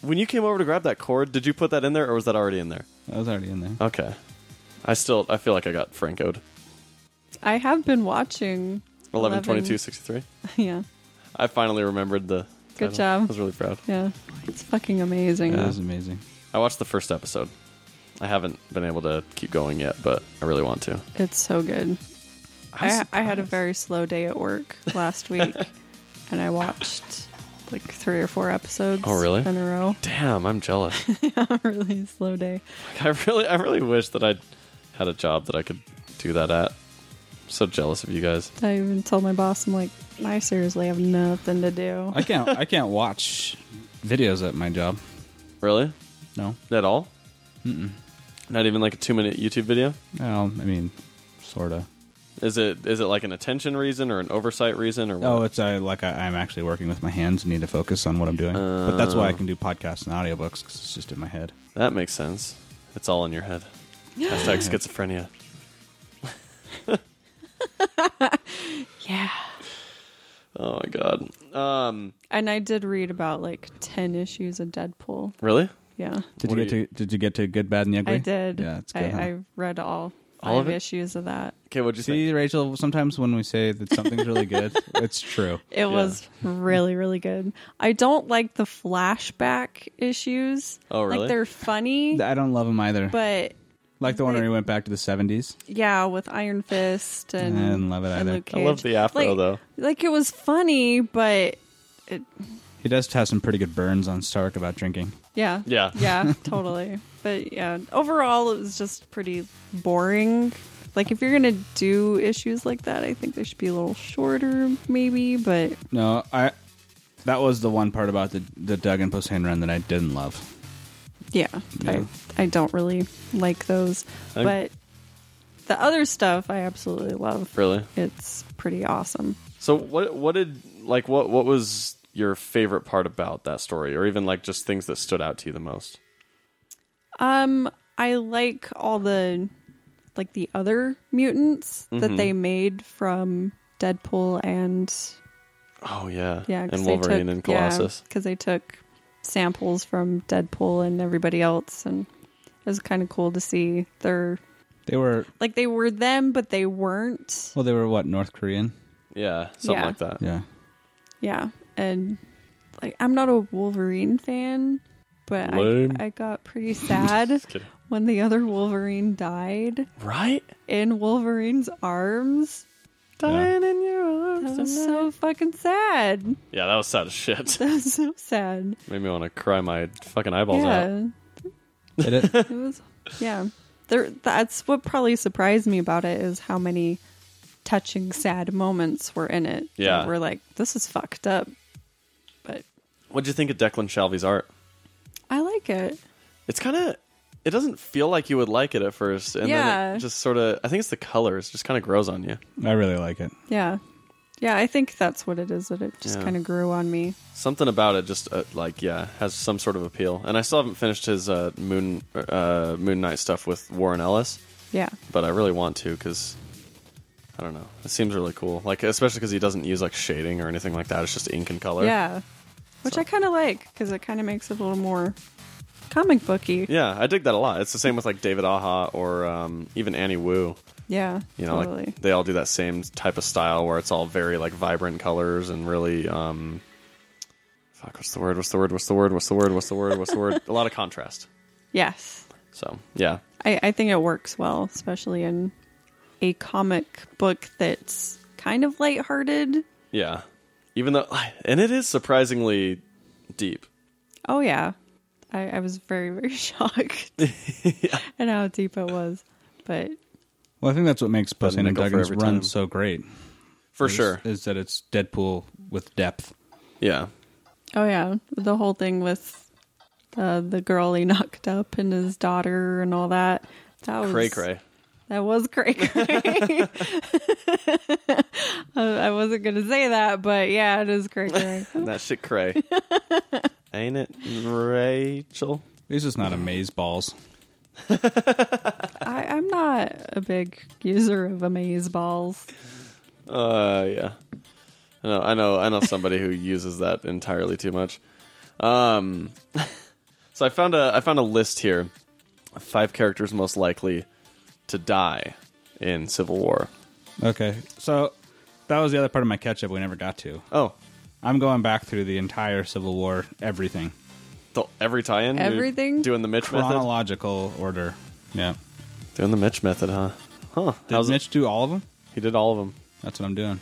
when you came over to grab that cord, did you put that in there, or was that already in there?
That was already in there.
Okay, I still I feel like I got Francoed.
I have been watching.
11, 22, 63.
(laughs) Yeah,
I finally remembered the.
Good
title.
job.
I was really proud.
yeah. It's fucking amazing.
That was amazing.
I watched the first episode. I haven't been able to keep going yet, but I really want to.
It's so good. I, I had a very slow day at work
(laughs)
last week, and I watched like three or four episodes.
Oh, really?
In a row. (laughs)
Damn, I'm jealous.
really slow day.
I really, I really wish that I had a job that I could do that at. so jealous of you guys.
I even told my boss, I'm like, I seriously have nothing to do.
I can't. I can't watch videos at my job.
Really?
No.
At all? Mm-mm. Not even like a two-minute YouTube video.
Well, I mean, sorta.
Is it? Is it like an attention reason or an oversight reason or what?
Oh, it's uh, like I, I'm actually working with my hands and need to focus on what I'm doing. but that's why I can do podcasts and audiobooks because it's just in my head.
that makes sense. It's all in your
(laughs)
head. Hashtag schizophrenia.
yeah.
Oh my god. Um.
And I did read about like 10 issues of Deadpool.
Really?
Yeah.
Did
What
you
do
get to? Did you get to good, bad, and the ugly?
I did.
Yeah, it's
I,
good. huh?
I read all five
All of it?
issues of that.
Okay. What'd you
See,
think?
Rachel. Sometimes when we say that something's
(laughs)
really good, it's true.
It was really, really good. I don't like the flashback issues.
Oh, really?
Like they're funny,
I don't love them either.
but
like the one
but-
where he went back to the '70s.
yeah, with Iron Fist and,
I didn't love it
and
either.
Luke
I love
Cage.
the afro,
like,
though.
Like it was funny, but
He does have some pretty good burns on Stark about drinking.
Yeah.
Yeah.
Yeah, totally. But yeah, overall, it was just pretty boring. Like, if you're going to do issues like that, I think they should be a little shorter, maybe. But
No, I. That was the one part about the the Doug and Posehn run that I didn't love.
yeah,
Yeah.
I, I don't really like those.
I'm-
but the other stuff I absolutely love.
Really?
It's pretty awesome.
So what what did like what what was your favorite part about that story or even like just things that stood out to you the most?
Um, I like all the like the other mutants that they made from Deadpool and
Oh yeah.
Yeah,
and Wolverine and Colossus.
because they took samples from Deadpool and everybody else, and it was kind of cool to see their
They were
like they were them, but they weren't.
well, they were what North Korean.
Yeah, something
Yeah.
like that.
Yeah,
Yeah, and like I'm not a Wolverine fan, but I,
Lame. (laughs)
I got pretty sad
kidding.
when the other Wolverine died
Right?
in Wolverine's arms.
Dying in your arms.
That was so fucking sad. (laughs)
Yeah, that was sad as shit.
That was so sad.
Made me want to cry my fucking eyeballs out.
yeah.
(laughs)
Did it?
It was, yeah. There, that's what probably surprised me about it is how many touching, sad moments were in it.
Yeah.
that we're like, this is fucked up, but
What'd you think of Declan Shalvey's art?
I like it.
It's kind of it doesn't feel like you would like it at first and then
Yeah.
it just sort of I think it's the colors just kind of grows on you.
I really like it.
Yeah, yeah. I think that's what it is. That it just
Yeah.
kind of grew on me.
Something about it just uh, like yeah has some sort of appeal, and I still haven't finished his uh, Moon uh, Moon Knight stuff with Warren Ellis,
Yeah,
but I really want to because I don't know, it seems really cool. Like especially because he doesn't use like shading or anything like that. It's just ink and color.
yeah. Which I kind of like because it kind of makes it a little more comic booky. Yeah,
yeah, I dig that a lot. It's the same with like David Aja or um, even Annie Wu. You know,
totally.
like they all do that same type of style where it's all very like vibrant colors and really um, fuck. What's the word? What's the word? What's the word? What's the word? What's the word? What's the word? a lot of contrast.
yes,
So yeah,
I, I think it works well, especially in a comic book that's kind of lighthearted.
Yeah. Even though, and it is surprisingly deep.
Oh yeah, I, I was very very (laughs) shocked at how deep it was, but
Well, I think that's what makes Posehn and
nickel for
Duggan's
every
run
time.
so great.
For
is-
sure.
is that it's Deadpool with depth.
Yeah.
oh yeah, the whole thing with uh, the girl he knocked up and his daughter and all that. That was
Cray cray.
That was cray cray. (laughs) I, I wasn't gonna say that, but yeah, it is cray cray.
(laughs) That shit
(laughs)
cray. Ain't it, Rachel?
He's just not a maze balls.
I, I'm not not a big user of amaze balls.
Uh, yeah. I know, I know, I know somebody
(laughs)
who uses that entirely too much. Um, (laughs) so I found a I found a list here, of five characters most likely to die in Civil War.
Okay, so that was the other part of my catch up we never got to.
Oh,
I'm going back through the entire Civil War, everything.
the, every tie-in, you're
Everything?
doing the Mitch method,
Chronological order. Yeah.
doing the Mitch method, huh? Huh?
Did
How's it-
Mitch do all of them?
He did all of them.
That's what I'm doing.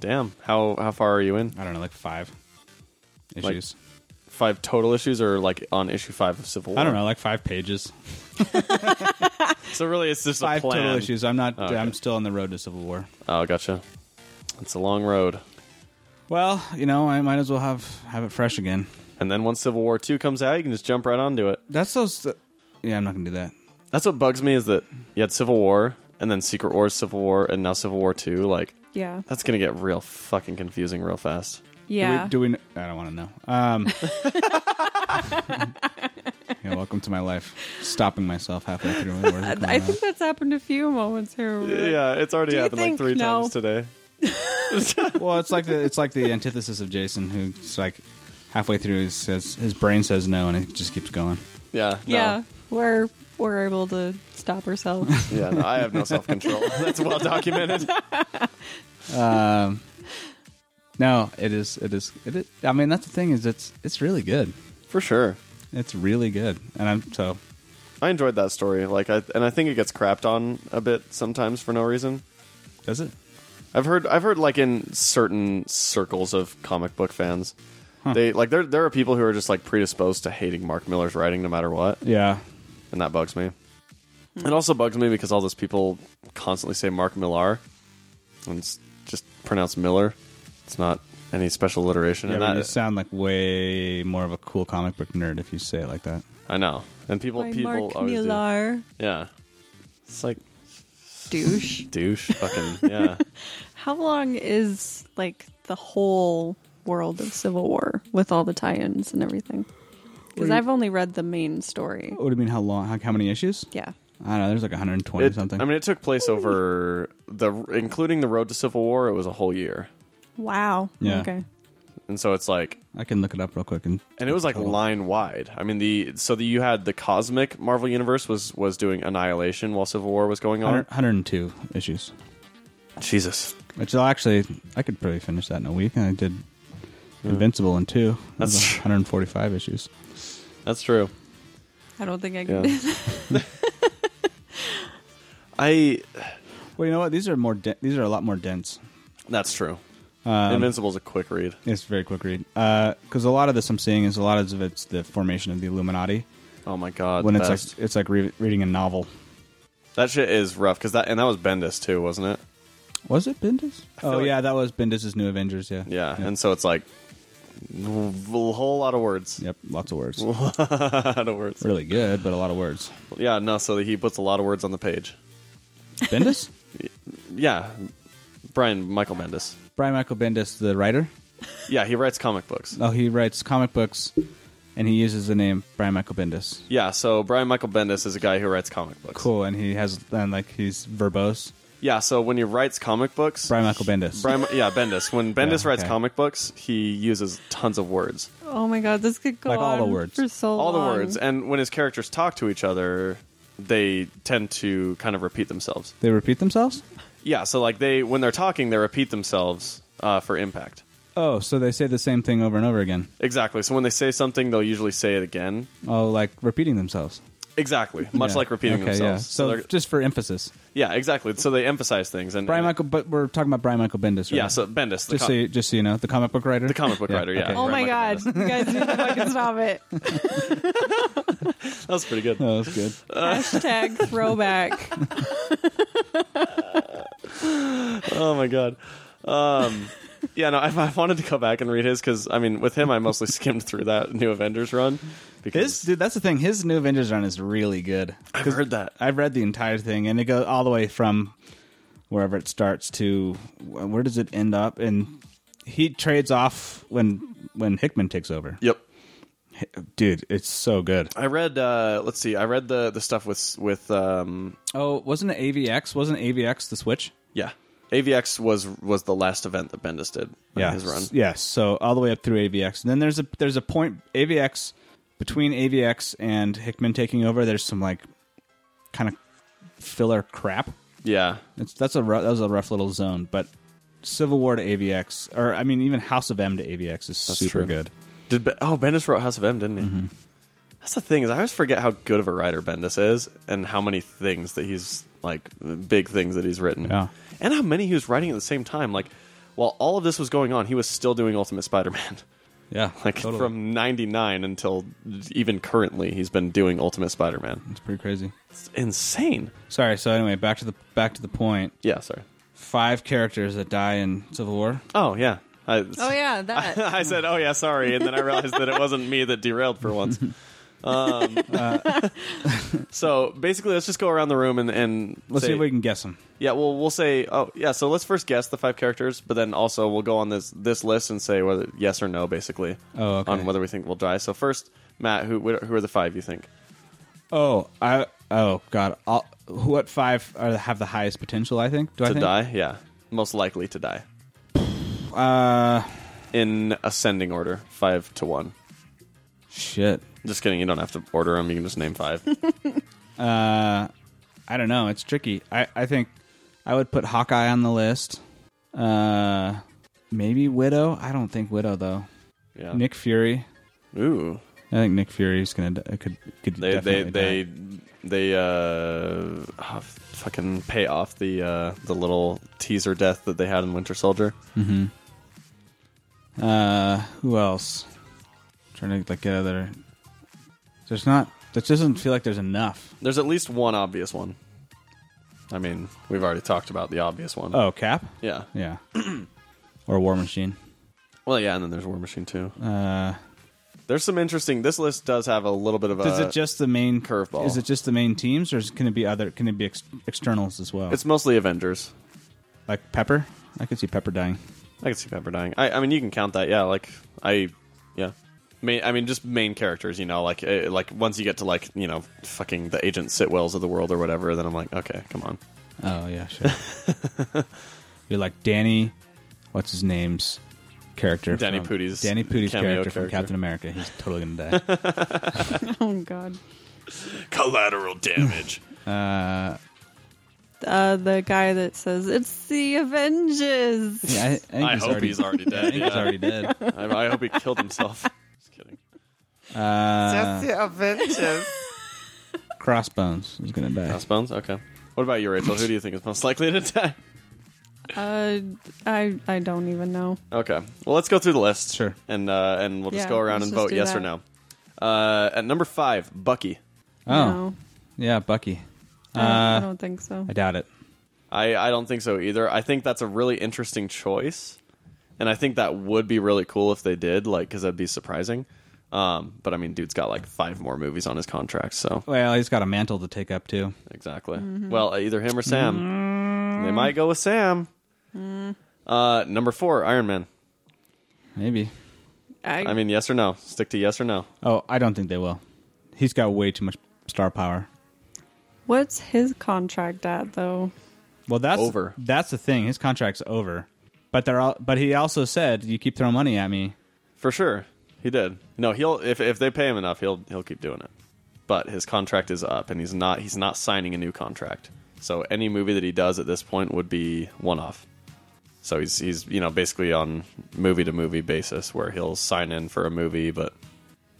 Damn. How how far are you in?
I don't know, like five
Like-
issues.
Five total issues, or like on issue five of Civil War?
I don't know, like five pages.
So really, it's just
Five
a plan. Oh,
total issues. I'm not.
Okay.
I'm still on the road to Civil War.
Oh, gotcha. It's a long road.
Well, you know, I might as well have have it fresh again.
And then once Civil War Two comes out, you can just jump right onto it.
That's so. St- yeah, I'm not gonna do that.
That's what bugs me is that you had Civil War and then Secret Wars, Civil War, and now Civil War Two. Like
Yeah.
that's gonna get real fucking confusing real fast.
Yeah.
Do we? Do we kn- I don't want to know. Um, (laughs) yeah, welcome to my life. Stopping myself halfway through. What is going
(laughs) I
on?
think that's happened a few moments here.
Yeah, it's already
Do you
happened like
think-
three
no.
times today.
Well, it's like the it's like the antithesis of Jason, who's like halfway through he says his brain says no, and it just keeps going.
Yeah, no.
Yeah. We're we're able to stop ourselves.
(laughs) yeah. No, I have no self (laughs) control. that's well (laughs) documented.
Um, no, it is it is it. Is, I mean, that's the thing is it's it's really good.
For sure.
It's really good, and I'm so
I enjoyed that story. Like, I, and I think it gets crapped on a bit sometimes for no reason.
does it.
I've heard I've heard like in certain circles of comic book fans, they like there there are people who are just like predisposed to hating Mark Miller's writing no matter what,
Yeah,
and that bugs me.
Hmm.
It also bugs me because all those people constantly say Mark Millar, and it's just pronounced Miller. It's not any special alliteration
yeah
in
but
that.
you sound like way more of a cool comic book nerd if you say it like that.
I know, and people
By
people
Mark
always
Millar.
do. Yeah, it's like
Douche.
douche, fucking
(laughs)
yeah.
How long is like the whole world of Civil War with all the tie-ins and everything? Because I've only read the main story.
What do you mean? How long? How, how many issues?
Yeah.
I don't know. There's like 120 or
It-
something.
I mean, it took place over the including the Road to Civil War. It was a whole year.
Wow.
Yeah.
Okay.
and so it's like
I can look it up real quick and
and it was like
Total.
line wide i mean the so the, you had the cosmic marvel universe was was doing annihilation while civil war was going on
100, 102 issues.
jesus
Which I'll actually, I could probably finish that in a week. And I did Invincible in two. That was
That's-
145 issues.
that's true
I don't think I can.
yeah i
Well, you know what? These are more. De- these are a lot more dense.
that's true
Um,
invincible's a quick read
It's a very quick read. Because a lot of this I'm seeing is a lot of it's the formation of the Illuminati.
oh my god
when it's
best.
like it's like re- reading a novel.
that shit is rough because that and that was bendis too wasn't it
Was it Bendis?
feel
Oh
like-
yeah, that was Bendis's New Avengers. Yeah.
yeah, and so it's like a whole lot of words
Yep. Lots of words.
(laughs) a lot of words
Really good, but a lot of
(laughs)
words.
yeah no so he puts a lot of words on the page
Bendis.
yeah brian michael bendis
Brian Michael Bendis, the writer.
yeah he writes comic books
Oh, he writes comic books, and he uses the name Brian Michael Bendis.
Yeah, so Brian Michael Bendis is a guy who writes comic books.
Cool, and he has and like he's verbose.
Yeah, so when he writes comic books,
Brian Michael Bendis.
Brian- yeah, Bendis. When Bendis
Yeah,
writes
okay.
comic books, he uses tons of words,
(laughs) Oh my god, this could go
Like all the
on
words.
for so
all the
long.
words, and when his characters talk to each other, they tend to kind of repeat themselves.
they repeat themselves.
Yeah, so like they when they're talking, they repeat themselves uh, for impact.
Oh, so they say the same thing over and over again.
Exactly. So when they say something, they'll usually say it again.
Oh, like repeating themselves.
Exactly. Much
Yeah.
like repeating
Okay,
themselves.
Yeah. So,
they're-
just for emphasis,
yeah, exactly. So they emphasize things and
Brian Michael. But we're talking about Brian Michael Bendis. Right?
Yeah, so Bendis. The
just
com-
so you, just so you know, the comic book writer.
The comic book writer, yeah.
okay.
Oh my
Brian Michael
god, you guys need to fucking
(laughs)
stop it.
that was pretty
(laughs)
good.
Oh, that's good.
Hashtag throwback.
oh my god. Um, yeah, no, (laughs) I, I wanted to go back and read his because I mean, with him, I mostly (laughs) skimmed through that New Avengers run
His
because
dude, that's the thing. His new Avengers run is really good.
I've heard that.
I've read the entire thing, and it goes all the way from wherever it starts to wh- where does it end up, and he trades off when when Hickman takes over.
Yep,
dude, it's so good.
I read. Uh, let's see. I read the the stuff with with um,
Oh, wasn't it AVX? Wasn't AVX the Switch?
yeah. AVX was was the last event that Bendis did. on
yeah,
his run.
S- Yeah, so all the way up through AVX, and then there's a there's a point AVX between AVX and Hickman taking over. There's some like kind of filler crap.
Yeah,
It's, that's a rou- that was a rough little zone, but Civil War to AVX, or I mean, even House of M to AVX is super
true.
good.
Did Be- oh Bendis wrote House of M, didn't he?
Mm-hmm.
That's the thing is I always forget how good of a writer Bendis is and how many things that he's like big things that he's written.
Yeah.
And how many he was writing at the same time. Like while all of this was going on, he was still doing Ultimate Spider-Man. (laughs)
Yeah,
like
totally.
from 99 until even currently he's been doing Ultimate Spider-Man.
it's pretty crazy.
It's insane.
Sorry. So anyway, back to the back to the point.
Yeah, sorry.
Five characters that die in Civil War.
Oh, yeah. I,
Oh yeah,
(laughs)
that.
I said, "Oh yeah, sorry," and then I realized that it wasn't me that derailed for once. Um, so basically, let's just go around the room and, and
Let's
say-
see if we can guess them.
yeah, well, we'll say, oh yeah. So let's first guess the five characters, but then also we'll go on this this list and say whether yes or no, basically,
Oh, okay.
on whether we think we'll die. So first, Matt, who who are the five you think?
Oh, I oh god. I'll, what five are, have the highest potential? I think. Do I
To
think?
die? Yeah, most likely to die
Uh,
in ascending order, five to one.
shit.
Just kidding. You don't have to order them. You can just name
(laughs)
five.
Uh, I don't know. It's tricky. I I think I would put Hawkeye on the list. Uh, maybe Widow. I don't think Widow though.
Yeah.
Nick Fury.
Ooh.
I think Nick Fury's gonna die. could could
they they
definitely
they
die.
they uh ah, fucking pay off the uh the little teaser death that they had in Winter Soldier.
Uh, who else? trying to like get other. There's not. That doesn't feel like there's enough.
There's at least one obvious one. I mean, we've already talked about the obvious one.
Oh, Cap.
Yeah.
Yeah. (clears throat) or War Machine.
Well, yeah, and then there's War Machine too.
Uh,
There's some interesting. This list does have a little bit of
is
a.
it just the main
curveball.
Is it just the main teams, or is it, can it be other? Can it be ex- externals as well?
it's mostly Avengers.
like Pepper. I could see Pepper dying.
I can see Pepper dying. I, I mean, you can count that. Yeah, like I, yeah. Main, I mean, just main characters. You know, like eh, like once you get to like you know fucking the Agent Sitwells of the world or whatever, then I'm like, okay, come on.
Oh yeah, sure. (laughs) You're like Danny. What's his name's character?
Danny
from-
Pudi's
Danny Pudi's
cameo
character, from
character.
Captain America. He's
(laughs)
totally gonna die.
(laughs) Oh god.
collateral damage.
Uh, the guy that says it's the Avengers.
yeah, I, I, think
I
he's
hope
already,
he's already
(laughs) I
dead.
think
yeah.
he's already dead.
(laughs) I, I hope he killed himself. (laughs) Just kidding.
Uh,
the Avengers.
Crossbones is gonna die.
Crossbones. Okay. What about you, Rachel? Who do you think is most likely to die?
Uh, I I don't even know.
Okay. Well, let's go through the list.
Sure.
And uh, and we'll just
Yeah,
go around
let's
and
just
vote
do
yes or
that.
no. Uh, at number five, Bucky.
Oh
No.
yeah, Bucky.
I don't, I
Uh,
don't think so.
I doubt it.
I, I don't think so either. I think that's a really interesting choice, and I think that would be really cool if they did, like, because that'd be surprising. Um, but I mean, dude's got like five more movies on his contract, so
Well, he's got a mantle to take up too.
exactly. Well, uh, either him or Sam. They might go with Sam. Uh, number four, Iron Man.
Maybe.
I,
I mean, yes or no? Stick to yes or no.
Oh, I don't think they will. He's got way too much star power.
what's his contract at though?
Well, that's
Over.
That's the thing. His contract's over. But they're all, but he also said, "You keep throwing money at me."
For sure, he did. No, he'll if if they pay him enough, he'll he'll keep doing it. But his contract is up, and he's not he's not signing a new contract. So any movie that he does at this point would be one off. So he's he's you know basically on movie to movie basis where he'll sign in for a movie, but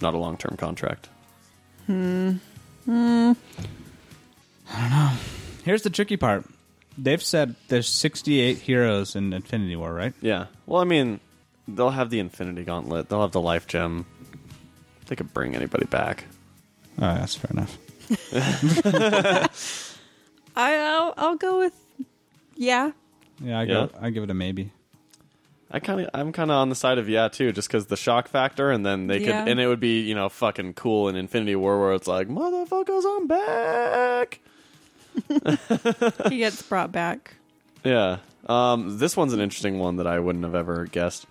not a long term contract.
Here's the tricky part. They've said there's 68 heroes in Infinity War, right?
Yeah. Well, I mean, they'll have the Infinity Gauntlet. They'll have the Life Gem. They could bring anybody back.
Oh, that's fair enough.
I I'll, I'll go with yeah.
Yeah, I
Yeah.
go. I give it a maybe.
I kind of, I'm kind of on the side of yeah too, just because the shock factor, and then they
Yeah.
could, and it would be you know fucking cool in Infinity War where it's like motherfuckers, I'm back.
He gets
(laughs)
brought back.
Yeah, um, this one's an interesting one that I wouldn't have ever guessed.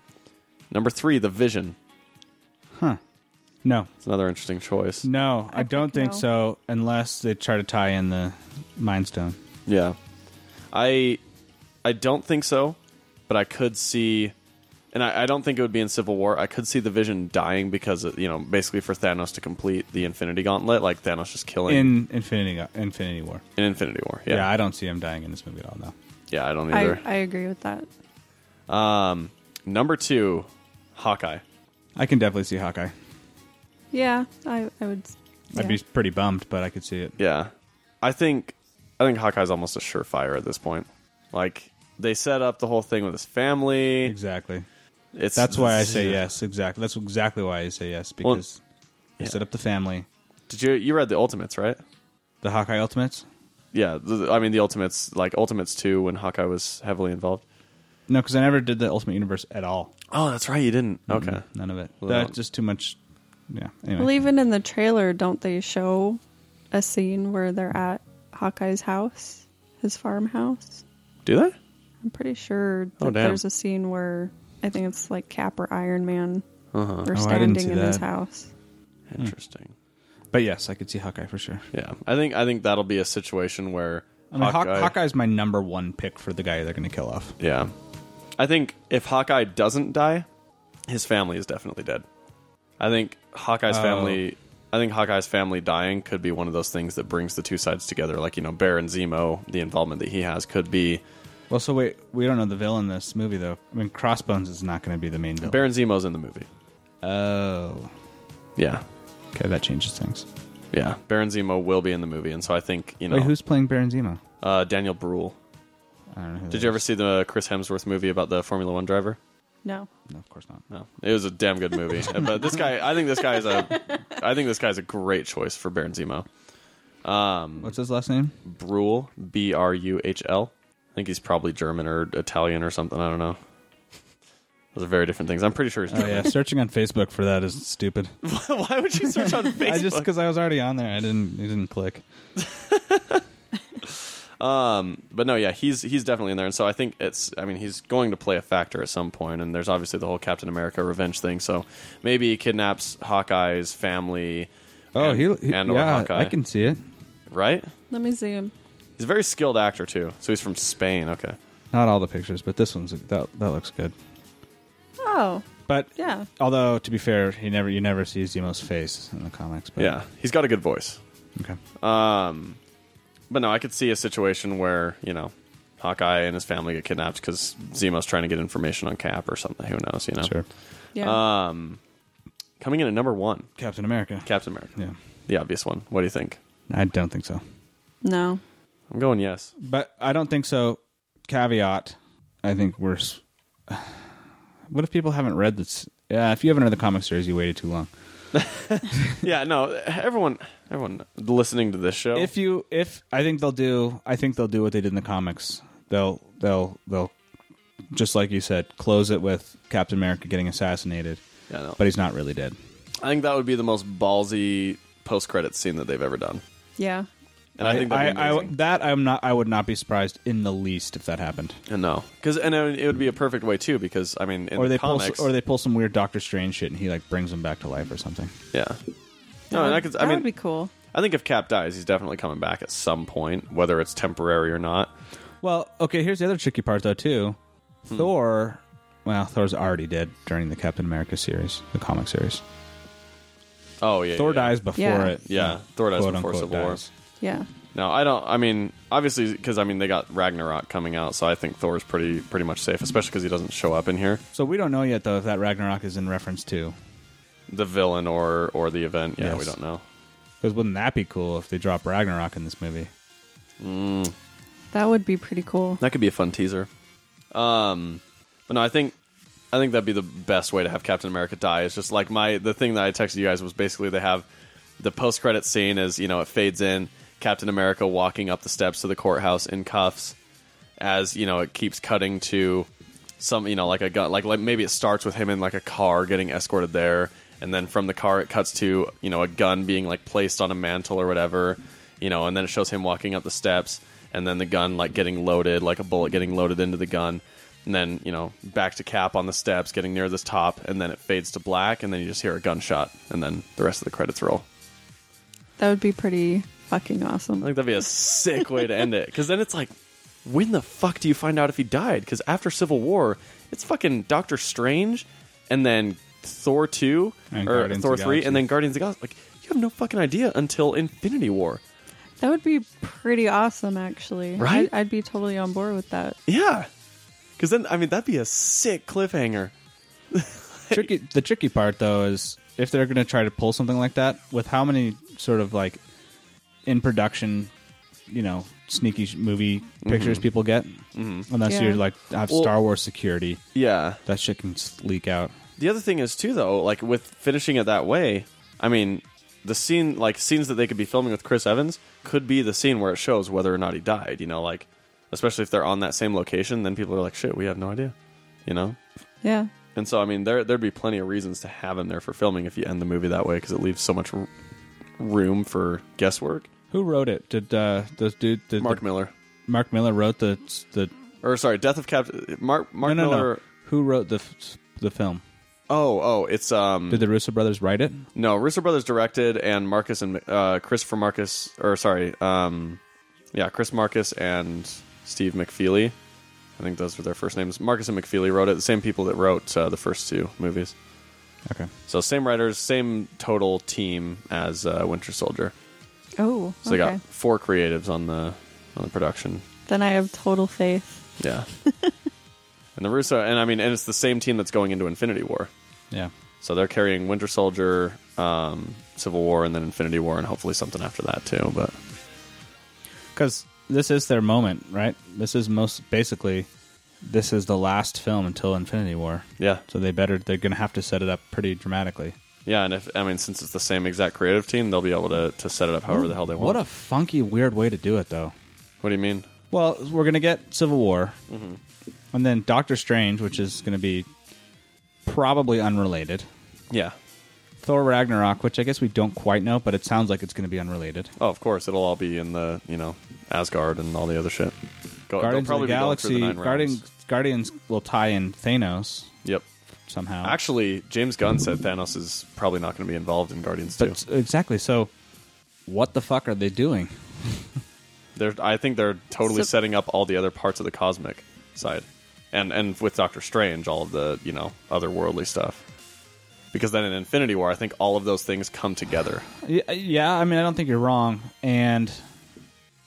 Number three, the Vision.
Huh. No,
It's another interesting choice.
no, I,
I
don't
think
think
no.
so. Unless they try to tie in the Mind Stone.
Yeah. I I don't think so, but I could see and I, I don't think it would be in Civil War. I could see the Vision dying because you know, basically for Thanos to complete the Infinity Gauntlet, like Thanos just killing
in Infinity Go- Infinity War.
in Infinity War.
Yeah.
Yeah, yeah, I,
I don't see him dying in this movie at all. No,
don't
I,
either.
I agree with that.
Number two, Hawkeye.
I can definitely see Hawkeye.
Yeah, I, I would. yeah.
I'd be pretty bummed, but I could see it.
Yeah, I think I think Hawkeye's almost a surefire at this point. Like they set up the whole thing with his family.
Exactly.
It's
That's why I say yes. Exactly. That's exactly why I say yes
Well,
because they
yeah.
set up the family,
Did you you read the Ultimates right?
the Hawkeye Ultimates.
Yeah, the, I mean the Ultimates, like Ultimates two, when Hawkeye was heavily involved.
No, because I never did the Ultimate Universe at all.
Oh, that's right, you didn't. Okay,
None of it.
Well,
That's
that-
just too much. Yeah. Anyway.
Well, even in the trailer, don't they show a scene where they're at Hawkeye's house, his farmhouse?
do they?
I'm pretty sure that
Oh, damn.
there's a scene where I think it's like Cap or Iron Man.
Uh-huh.
They're
Oh, I didn't
standing
see
in his
that.
house.
Hmm. Interesting.
but yes, I could see Hawkeye for sure.
Yeah, I think I think that'll be a situation where
I mean, Hawkeye. Hawkeye's my number one pick for the guy they're going to kill off.
Yeah. I think if Hawkeye doesn't die, his family is definitely dead. I think Hawkeye's
Oh.
family I think Hawkeye's family dying could be one of those things that brings the two sides together. Like, you know, Baron Zemo, the involvement that he has could be
Well, so wait, we don't know the villain in this movie though. I mean, Crossbones is not going to be the main villain.
Baron Zemo's in the movie.
oh,
Yeah.
okay, that changes things.
Yeah. Baron Zemo will be in the movie, and so I think, you know
Wait, who's playing Baron Zemo?
uh, Daniel Bruhl.
I don't know. Who
Did you ever see the Chris Hemsworth movie about the Formula One driver?
No.
No, of course not.
No. It was a damn good
(laughs)
movie. but this guy I think this guy is a I think this guy is a great choice for Baron Zemo. Mm.
What's his
(laughs)
last name?
Bruhl, B R U H L. I think he's probably German or Italian or something. I don't know. (laughs) Those are very different things. I'm pretty sure he's
Oh
German.
yeah, searching on Facebook for that
(laughs)
is stupid.
Why would you search on Facebook?
(laughs) I just because I was already on there, I didn't. It didn't click.
but no, yeah, he's he's definitely in there, and so I think it's. I mean, he's going to play a factor at some point, and there's obviously the whole Captain America revenge thing. So maybe he kidnaps Hawkeye's family.
Oh,
and,
he,
and or
yeah,
Hawkeye,
I can see it.
right?
Let me see him.
He's a very skilled actor too. So he's from Spain. Okay,
Not all the pictures, but this one's that that looks good.
Oh,
But
yeah.
although to be fair, he never you never see Zemo's face in the comics. But,
yeah, he's got a good voice.
Okay.
But no, I could see a situation where you know Hawkeye and his family get kidnapped because Zemo's trying to get information on Cap or something. Who knows? You know.
Sure.
Yeah.
Uh, Coming in at number one,
Captain America.
Captain America,
yeah.
the obvious one. What do you think?
I don't think so.
no.
I'm going
(laughs)
yes.
But I don't think so. Caveat: I think we're. s- What if people haven't read this? Yeah, if you haven't read the comic series, you waited too long.
Yeah. No. Everyone, everyone listening to this show.
If you, if I think they'll do, I think they'll do what they did in the comics. They'll, they'll, they'll, just like you said, close it with Captain America getting assassinated,
yeah, no.
but he's not really dead.
I think that would be the most ballsy post-credit scene that they've ever done,
Yeah.
and I, think that'd be
I,
amazing.
that I'm not. I would not be surprised in the least if that happened.
and no, because and it would- it would be a perfect way too. Because I mean, in
or
the
they
comics,
pull, or they pull some weird Doctor Strange shit, and he like brings him back to life or something.
yeah. No, and I could.
That
I
would
mean,
be cool.
I think if Cap dies, he's definitely coming back at some point, whether it's temporary or not.
Well, okay, here's the other tricky part though too.
Hmm.
Thor well, Thor's already dead during the Captain America series, the comic series.
Oh yeah, yeah,
Thor
yeah.
dies before
Yeah.
it.
Yeah, Thor dies
quote,
before
unquote,
Civil War.
dies.
Yeah.
No, I don't. I mean, obviously, because I mean they got Ragnarok coming out, so I think Thor's pretty pretty much safe, especially because he doesn't show up in here,
So we don't know yet though if that Ragnarok is in reference to.
the villain or or the event. Yeah,
Yes.
we don't know.
Because wouldn't that be cool if they drop Ragnarok in this movie?
That would be pretty cool.
That could be a fun teaser. Um, but no, I think I think that'd be the best way to have Captain America die. It's just like my the thing that I texted you guys was basically they have the post credit scene is you know it fades in Captain America walking up the steps to the courthouse in cuffs as you know it keeps cutting to some you know like a gun like, like maybe it starts with him in like a car getting escorted there and then from the car it cuts to you know a gun being like placed on a mantle or whatever you know and then it shows him walking up the steps and then the gun like getting loaded like a bullet getting loaded into the gun and then you know back to Cap on the steps, getting near the top, and then it fades to black, and then you just hear a gunshot, and then the rest of the credits roll.
That would be pretty fucking awesome.
I think that'd be a sick way to end it. Because then it's like, when the fuck do you find out if he died? Because after Civil War, it's fucking Doctor Strange, and then Thor two
And
or
Guardians
Thor
of the
three,
Galaxy.
and then Guardians of the Galaxy. Like you have no fucking idea until Infinity War.
that would be pretty awesome, actually.
Right?
I'd, I'd be totally on board with that.
Yeah. Because then, I mean, that'd be a sick cliffhanger.
tricky the tricky part though is if they're going to try to pull something like that with how many sort of like in production you know sneaky sh- movie pictures people get unless
Yeah.
you're like have
Mm-hmm. Well-
star wars security
Yeah.
that shit can s- leak out
The other thing is too, though, like with finishing it that way. I mean, the scene, like scenes that they could be filming with Chris Evans, could be the scene where it shows whether or not he died. You know, like especially if they're on that same location, then people are like, "Shit, we have no idea," you know.
Yeah.
And so, I mean, there there'd be plenty of reasons to have him there for filming if you end the movie that way because it leaves so much r- room for guesswork.
who wrote it did uh the dude did
Mark
the,
Miller,
mark miller wrote the the
or sorry, Death of Captain Mark Mark
no no
Miller.
no who wrote the f- the film
Oh, oh, it's um.
did the russo brothers write it
No, Russo brothers directed, and Marcus and uh, Christopher Marcus, or sorry, um, yeah, Chris Marcus and Steve McFeely. I think those were their first names. Marcus and McFeely wrote it. The same people that wrote uh, the first two movies.
okay
So same writers, same total team as uh, Winter Soldier.
Oh,
So they
okay.
got four creatives on the on the production.
Then I have total faith.
Yeah, and the Russo, and I mean, and it's the same team that's going into Infinity War.
yeah
So they're carrying Winter Soldier, um, Civil War, and then Infinity War, and hopefully something after that too. But
because this is their moment right this is most basically this is the last film until infinity war
yeah,
So they better they're going to have to set it up pretty dramatically.
yeah, and if I mean, since it's the same exact creative team, they'll be able to, to set it up however the hell they want.
What a funky weird way to do it though.
what do you mean?
Well, we're going to get Civil War.
Mm-hmm.
And then Doctor Strange, which is going to be probably unrelated.
Yeah.
Thor Ragnarok, which I guess we don't quite know, but it sounds like it's going to be unrelated.
Oh, of course, it'll all be in the you know Asgard and all the other shit. Go, they'll
Guardians of the
probably be going through
Galaxy,
nine
Guardians
rounds.
Guardians will tie in Thanos
Yep.
somehow.
Actually, James Gunn said Thanos is probably not going to be involved in Guardians too.
but exactly. So what the fuck are they doing?
They're, I think they're totally
So-
setting up all the other parts of the cosmic side, and and with Doctor Strange, all of the you know otherworldly stuff. Because then in Infinity War, I think all of those things come together.
Yeah, yeah, I mean, I don't think you're wrong, and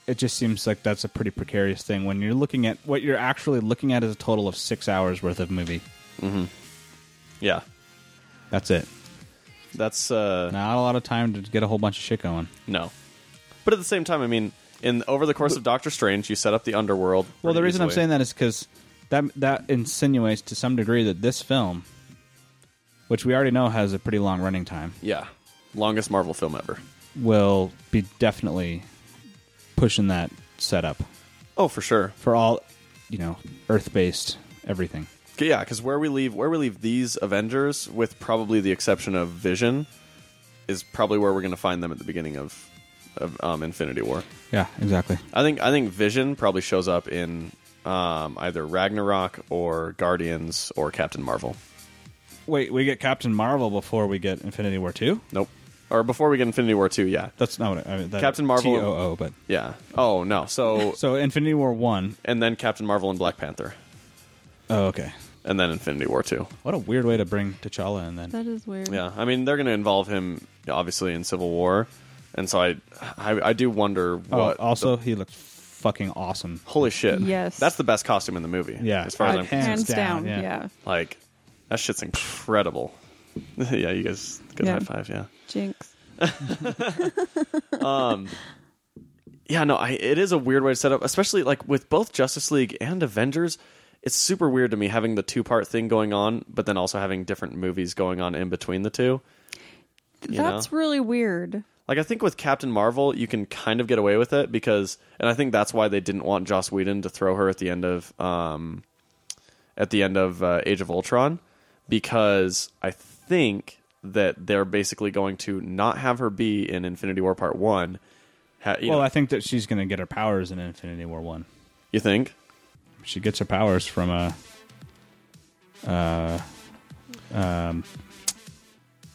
it just seems like that's a pretty precarious thing when you're looking at what you're actually looking at is a total of six hours worth of movie.
Yeah,
That's it.
that's uh,
Not a lot of time to get a whole bunch of shit going.
no. But at the same time, I mean, in over the course of Doctor Strange, you set up the underworld.
Well, the reason I'm saying that is because that that insinuates to some degree that this film, which we already know has a pretty long running time,
yeah, longest Marvel film ever.
will be definitely pushing that setup
Oh, for sure.
for all you know, Earth-based everything.
Yeah, because where we leave where we leave these Avengers, with probably the exception of Vision, is probably where we're going to find them at the beginning of, of um, Infinity War.
Yeah, exactly.
I think I think Vision probably shows up in um, either Ragnarok or Guardians or Captain Marvel.
Wait, we get Captain Marvel before we get Infinity War two.
Nope. Or before we get Infinity War two, yeah,
That's not what I I mean. That,
Captain Marvel-
TOO, but
yeah. Oh no, so
so Infinity War one.
and then Captain Marvel and Black Panther,
Oh, okay.
and then Infinity War two.
What a weird way to bring T'Challa in then.
That is weird.
Yeah, I mean they're going to involve him obviously in Civil War, and so I I, I do wonder
oh,
what
also he looked fucking awesome.
Holy shit!
Yes.
that's the best costume in the movie.
Yeah.
as far as
Uh,
I'm
hands
concerned.
Hands down,
down, yeah.
yeah.
like that shit's incredible. (laughs) yeah, you guys, good
Yeah.
high five. Yeah,
Jinx.
yeah. No, I, it is a weird way to set up, especially like with both Justice League and Avengers. It's super weird to me having the two part thing going on, but then also having different movies going on in between the two. You know?
That's really weird.
Like I think with Captain Marvel, you can kind of get away with it because, and I think that's why they didn't want Joss Whedon to throw her at the end of, um, at the end of uh, Age of Ultron, because I think that they're basically going to not have her be in Infinity War Part One. Ha- you,
Well,
know-
I think that she's gonna get her powers in Infinity War one.
you think?
She gets her powers from uh, uh, um,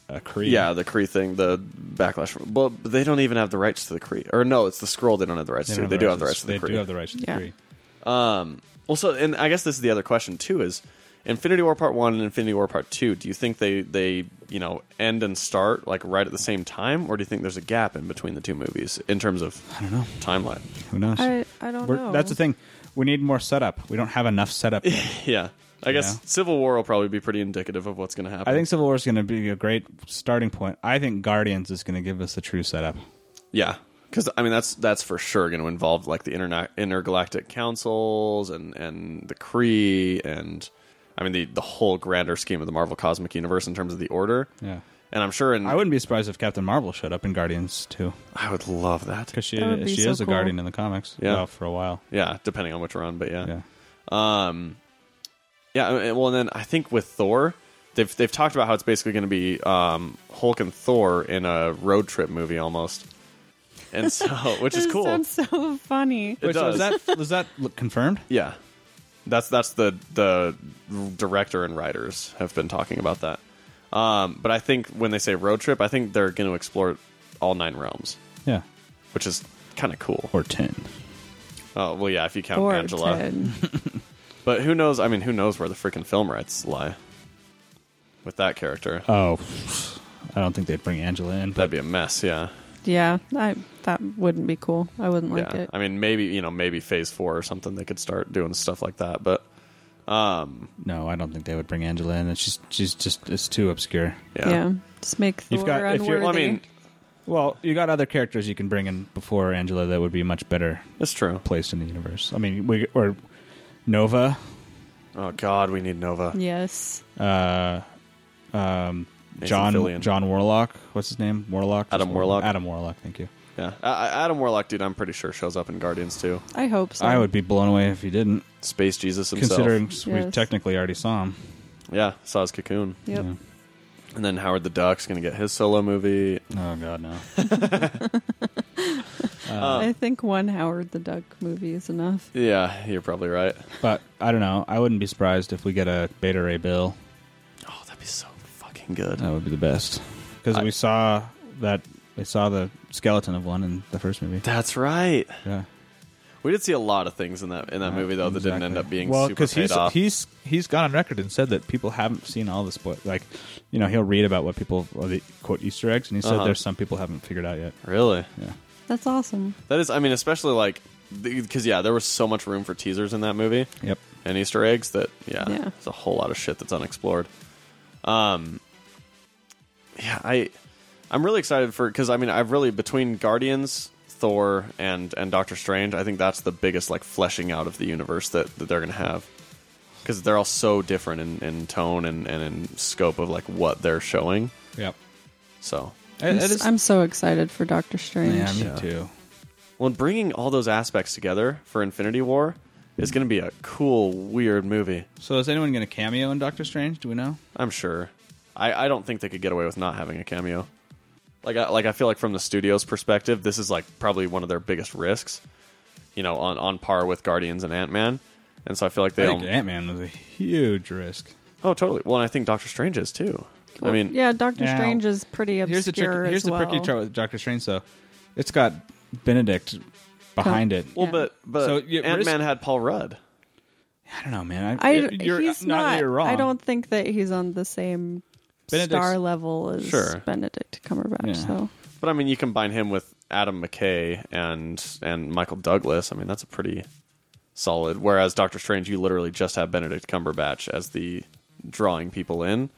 uh, Kree.
Yeah, the Kree thing, the backlash. From, but but they don't even have the rights to the Kree. Or no, it's the scroll they don't have the rights
They,
to.
don't
They do have the
to-
rights to the
They
Kree.
do have the rights to the
Yeah.
Kree.
Um, also, and I guess this is the other question too: is Infinity War Part One and Infinity War Part Two? Do you think they they you know end and start like right at the same time, or do you think there's a gap in between the two movies in terms of I don't
know.
timeline? (laughs)
Who knows?
I, I don't
We're-
know.
That's the thing. We need more setup. We don't have
(laughs)
enough setup. yet.
Yeah, I guess
Yeah.
Civil War will probably be pretty indicative of what's going to happen.
I think Civil War is going to be a great starting point. I think Guardians is going to give us the true setup.
yeah. Because I mean that's that's for sure going to involve like the interna- intergalactic councils and, and the Kree and I mean the, the whole grander scheme of the Marvel cosmic universe in terms of the order
Yeah.
and I'm sure in
I wouldn't be surprised if Captain Marvel showed up in Guardians too,
I would love that
because she
That would be
she
so
is a
cool.
Guardian in the comics.
Yeah.
well, for a while.
Yeah, depending on which run, but yeah.
Yeah,
Um Yeah, and- well and then I think with Thor, they've they've talked about how it's basically going to be um Hulk and Thor in a road trip movie almost. And so, which is
This
cool.
sounds so funny.
It
Wait, so is
does.
that is that look confirmed?
yeah. That's that's the the director and writers have been talking about that. Um but I think when they say road trip, I think they're going to explore all nine realms,
Yeah,
which is kind of cool.
or ten.
Oh, well yeah, if you count
Or
Angela.
10.
But who knows? I mean, who knows where the freaking film rights lie with that character?
Oh, I don't think they'd bring Angela in. But
That'd be a mess. Yeah,
(laughs) Yeah, I, that wouldn't be cool. I wouldn't like
yeah.
it.
I mean, maybe you know, maybe Phase Four or something. They could start doing stuff like that. But
no, I don't think they would bring Angela in. And she's she's just it's too obscure.
yeah,
Just make Thor
You've got- if
unworthy.
you're-
Well, I mean,
Well, you got other characters you can bring in before Angela that would be much better
it's true.
placed in the universe. I mean, we or Nova.
Oh God, we need Nova.
yes.
uh, um,
Nathan
John
Fillion.
John Warlock. What's his name? Warlock.
Adam
Just
Warlock.
Adam Warlock. Thank you.
Yeah, I, I- Adam Warlock, dude. I'm pretty sure shows up in Guardians too.
I hope so.
I would be blown away if he didn't,
Space Jesus himself.
considering we
Yes.
technically already saw him.
yeah, saw his cocoon,
Yep.
Yeah.
and then Howard the Duck's gonna get his solo movie.
Oh God, no.
Uh,
I think one Howard the Duck movie is enough.
Yeah, you're probably right.
(laughs) but I don't know. I wouldn't be surprised if we get a Beta Ray Bill.
Oh, that'd be so fucking good.
That would be the best because
I-
we saw that we saw the skeleton of one in the first movie.
(laughs) That's right.
yeah.
We did see a lot of things in that in that movie though that didn't
Exactly.
end up being
well
super paid
he's
off.
he's he's gone on record and said that people haven't seen all the spoil like you know he'll read about what people or the quote Easter eggs and he said
Uh-huh.
there's some people haven't figured out yet.
Really?
Yeah,
That's awesome.
That is, I mean, especially like, because yeah, there was so much room for teasers in that movie
yep.
and Easter eggs that yeah,
Yeah.
it's a whole lot of shit that's unexplored. Um, yeah, I, I'm really excited for because I mean, I've really between Guardians, Thor, and and Doctor Strange, I think that's the biggest like fleshing out of the universe that that they're gonna have because they're all so different in, in tone and and in scope of like what they're showing.
Yep.
So
I'm,
It- it
s-
is-
I'm so excited for Doctor Strange.
yeah, me
Yeah.
too.
Well, and bringing all those aspects together for Infinity War is going to be a cool, weird movie.
So is anyone going to cameo in Doctor Strange? Do we know?
I'm sure. I, I don't think they could get away with not having a cameo. Like, I, like I feel like from the studio's perspective, this is like probably one of their biggest risks. You know, on on par with Guardians and Ant Man, and so I feel like they
I think
don't.
Ant Man was a huge risk.
Oh, totally. Well, and I think Doctor Strange is too. I
Well,
mean,
yeah, Doctor
Now,
Strange is pretty obscure
here's the trick,
as
here's the
well.
tricky chart with Doctor Strange though. It's got Benedict behind it.
Well,
Yeah.
but but
So, yeah,
Ant Man
risk-
had Paul Rudd.
I don't know, man. I,
I,
you're,
he's
not, that
not.
You're wrong.
I don't think that he's on the same
Benedict's-
star level as
Sure.
Benedict Cumberbatch.
Yeah.
So
But I mean, you combine him with Adam McKay and and Michael Douglas. I mean, that's a pretty solid. Whereas Doctor Strange, you literally just have Benedict Cumberbatch as the drawing people in,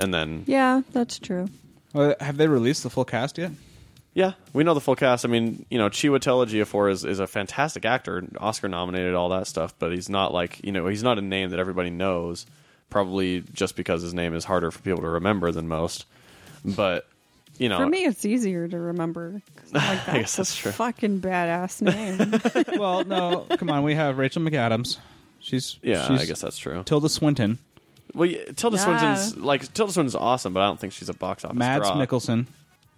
and then yeah,
yeah, that's true.
Well, have they released the full cast yet?
we know the full cast. I mean, you know, Chiwetel Ejiofor is is a fantastic actor, Oscar nominated, all that stuff. But he's not like you know, he's not a name that everybody knows. Probably just because his name is harder for people to remember than most. But you know,
For me, it's easier to remember.
(laughs)
'cause, Like, that's
Oh. guess that's
a
true. (laughs)
fucking badass name.
(laughs) well, no, come on. We have Rachel McAdams. She's
yeah,
she's
I guess that's true.
Tilda Swinton,
Well, yeah, Tilda
Yeah.
Swinton's like Tilda Swinton's awesome, but I don't think she's a box office.
Mads
draw.
Mikkelsen.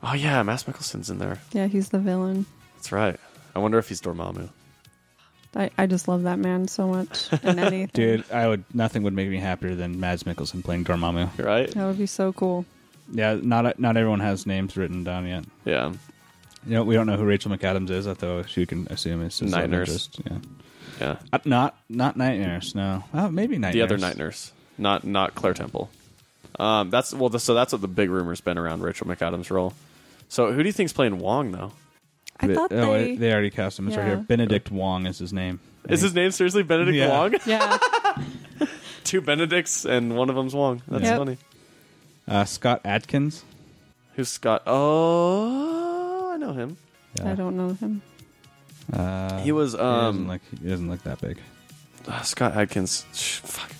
Oh yeah, Mads Mikkelsen's in there.
yeah, he's the villain.
That's right. I wonder if he's Dormammu.
I, I just love that man so
(laughs)
much. And anything.
Dude, I would nothing would make me happier than Mads Mikkelsen playing Dormammu.
right?
That would be so cool.
Yeah, not not everyone has names written down yet.
Yeah.
You know, we don't know who Rachel McAdams is, although she can assume it's just
Night
like
nurse.
just- yeah.
Yeah.
Uh, not not night nurse. No, oh, maybe night.
the
nurse.
other night nurse, not not Claire Temple. Um, that's well. The, so that's what the big rumor's been around Rachel McAdams' role. So who do you think's playing Wong though?
I
They-
thought
oh,
they.
they already cast him. It's right
Yeah.
here. Benedict Wong is his name.
Is his name seriously Benedict
Yeah.
Wong?
(laughs)
(laughs)
yeah.
Two Benedicts and one of them's Wong. That's
Yep.
funny.
uh, Scott Adkins?
Who's Scott? Oh, I know him.
I don't know him.
Uh,
He was
doesn't
um
look, he doesn't look that big.
uh, Scott Adkins. Sh- Fuck.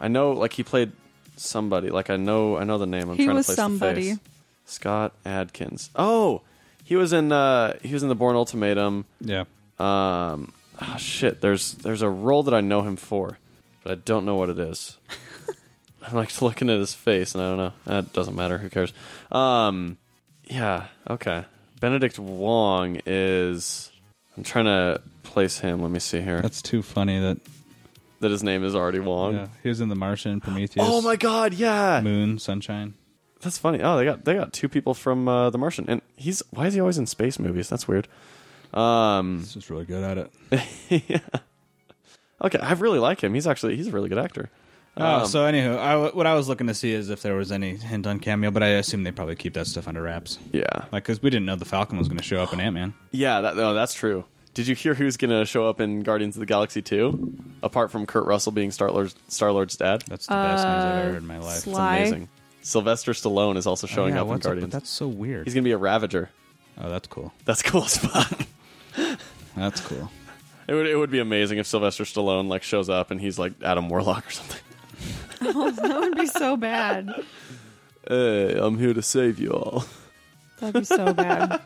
I know. Like he played somebody. Like I know. I know the name. I'm
He
trying
was
to place
somebody.
The face. Scott Adkins. Oh, he was in. uh He was in the Born Ultimatum.
Yeah,
Um, ah, shit. There's there's a role that I know him for, but I don't know what it is. (laughs) I'm like looking at his face, and I don't know. That doesn't matter. Who cares? Um, yeah. Okay. Benedict Wong is. I'm trying to place him. Let me see here.
that's too funny. That
that his name is already Wong.
yeah. he was in The Martian, Prometheus,
Oh my god! Yeah,
Moon, Sunshine.
that's funny. Oh, they got they got two people from uh, The Martian, and he's why is he always in space movies? That's weird. Um, (laughs)
He's just really good at it.
yeah. Okay, I really like him. He's actually he's a really good actor. Um,
oh, so anywho, I w what I was looking to see is if there was any hint on cameo, but I assume they probably keep that stuff under wraps.
Yeah,
Like, because we didn't know the Falcon was going to show up in Ant Man.
yeah. That, no, that's true. Did you hear who's gonna show up in Guardians of the Galaxy two? Apart from Kurt Russell being Star Lord's Star Lord's dad,
That's the best news I've
Uh,
ever heard in my life.
Sly- Why?
amazing. Sylvester Stallone is also showing
Oh, yeah,
up in
what's up with-
Guardians.
that's so weird.
He's gonna be a Ravager.
oh, that's cool.
That's cool as fuck.
That's (laughs) cool.
It would it would be amazing if Sylvester Stallone like shows up and he's like Adam Warlock or something.
That would be so bad.
(laughs) Hey, I'm here to save you all.
That'd be so bad.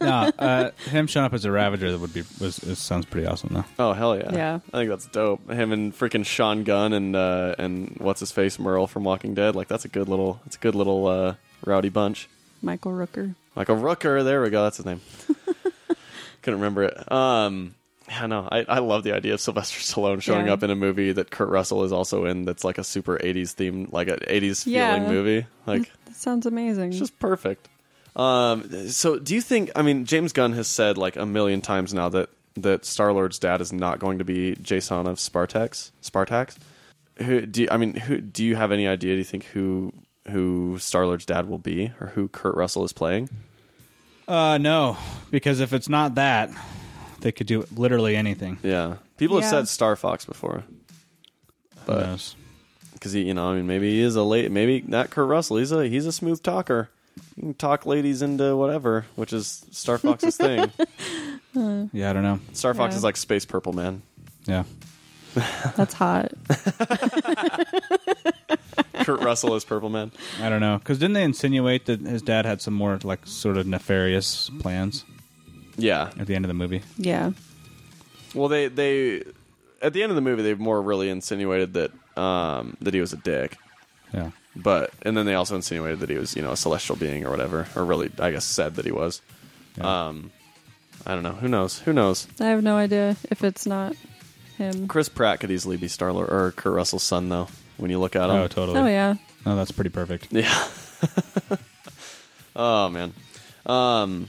no, uh, him showing up as a Ravager that would be was, it sounds pretty awesome though.
(laughs) Oh hell yeah!
Yeah.
I think that's dope. Him and freaking Sean Gunn and uh, and what's his face Merle from Walking Dead. Like that's a good little that's a good little uh, rowdy bunch.
Michael Rooker.
Like a Rooker. There we go. That's his
(laughs)
name. Couldn't remember it. Um, I know. I I love the idea of Sylvester Stallone showing
Yeah.
up in a movie that Kurt Russell is also in. That's like a super '80s themed, like an '80s
Yeah.
feeling movie. Like
That sounds amazing.
it's just perfect. Um, so do you think? I mean, James Gunn has said like a million times now that that Star Lord's dad is not going to be Jason of Spartax. Spartax. Who do you, I mean? Who do you have any idea? Do you think who who Star Lord's dad will be, or who Kurt Russell is playing?
Uh, no, because if it's not that, they could do literally anything.
Yeah, people have
Yeah.
said Star Fox before
Who knows?
because he, you know, I mean, maybe he is a late. Maybe not Kurt Russell. He's a he's a smooth talker. He can talk ladies into whatever, which is Star Fox's
(laughs)
thing.
Yeah, I don't know.
Star Fox
Yeah.
is like space purple man.
Yeah,
(laughs) That's hot.
Kurt Russell is Purple Man.
I don't know. Because didn't they insinuate that his dad had some more like sort of nefarious plans
Yeah.
at the end of the movie?
Yeah.
Well, they they at the end of the movie they've more really insinuated that um that he was a dick,
Yeah,
but and then they also insinuated that he was you know a celestial being or whatever, or really I guess said that he was.
Yeah.
Um, I don't know. Who knows? Who knows?
I have no idea if it's not him.
Chris Pratt could easily be Star Lord or Kurt Russell's son though. When you look at him,
oh totally.
Oh yeah.
no, that's pretty perfect.
Yeah. oh man. Um.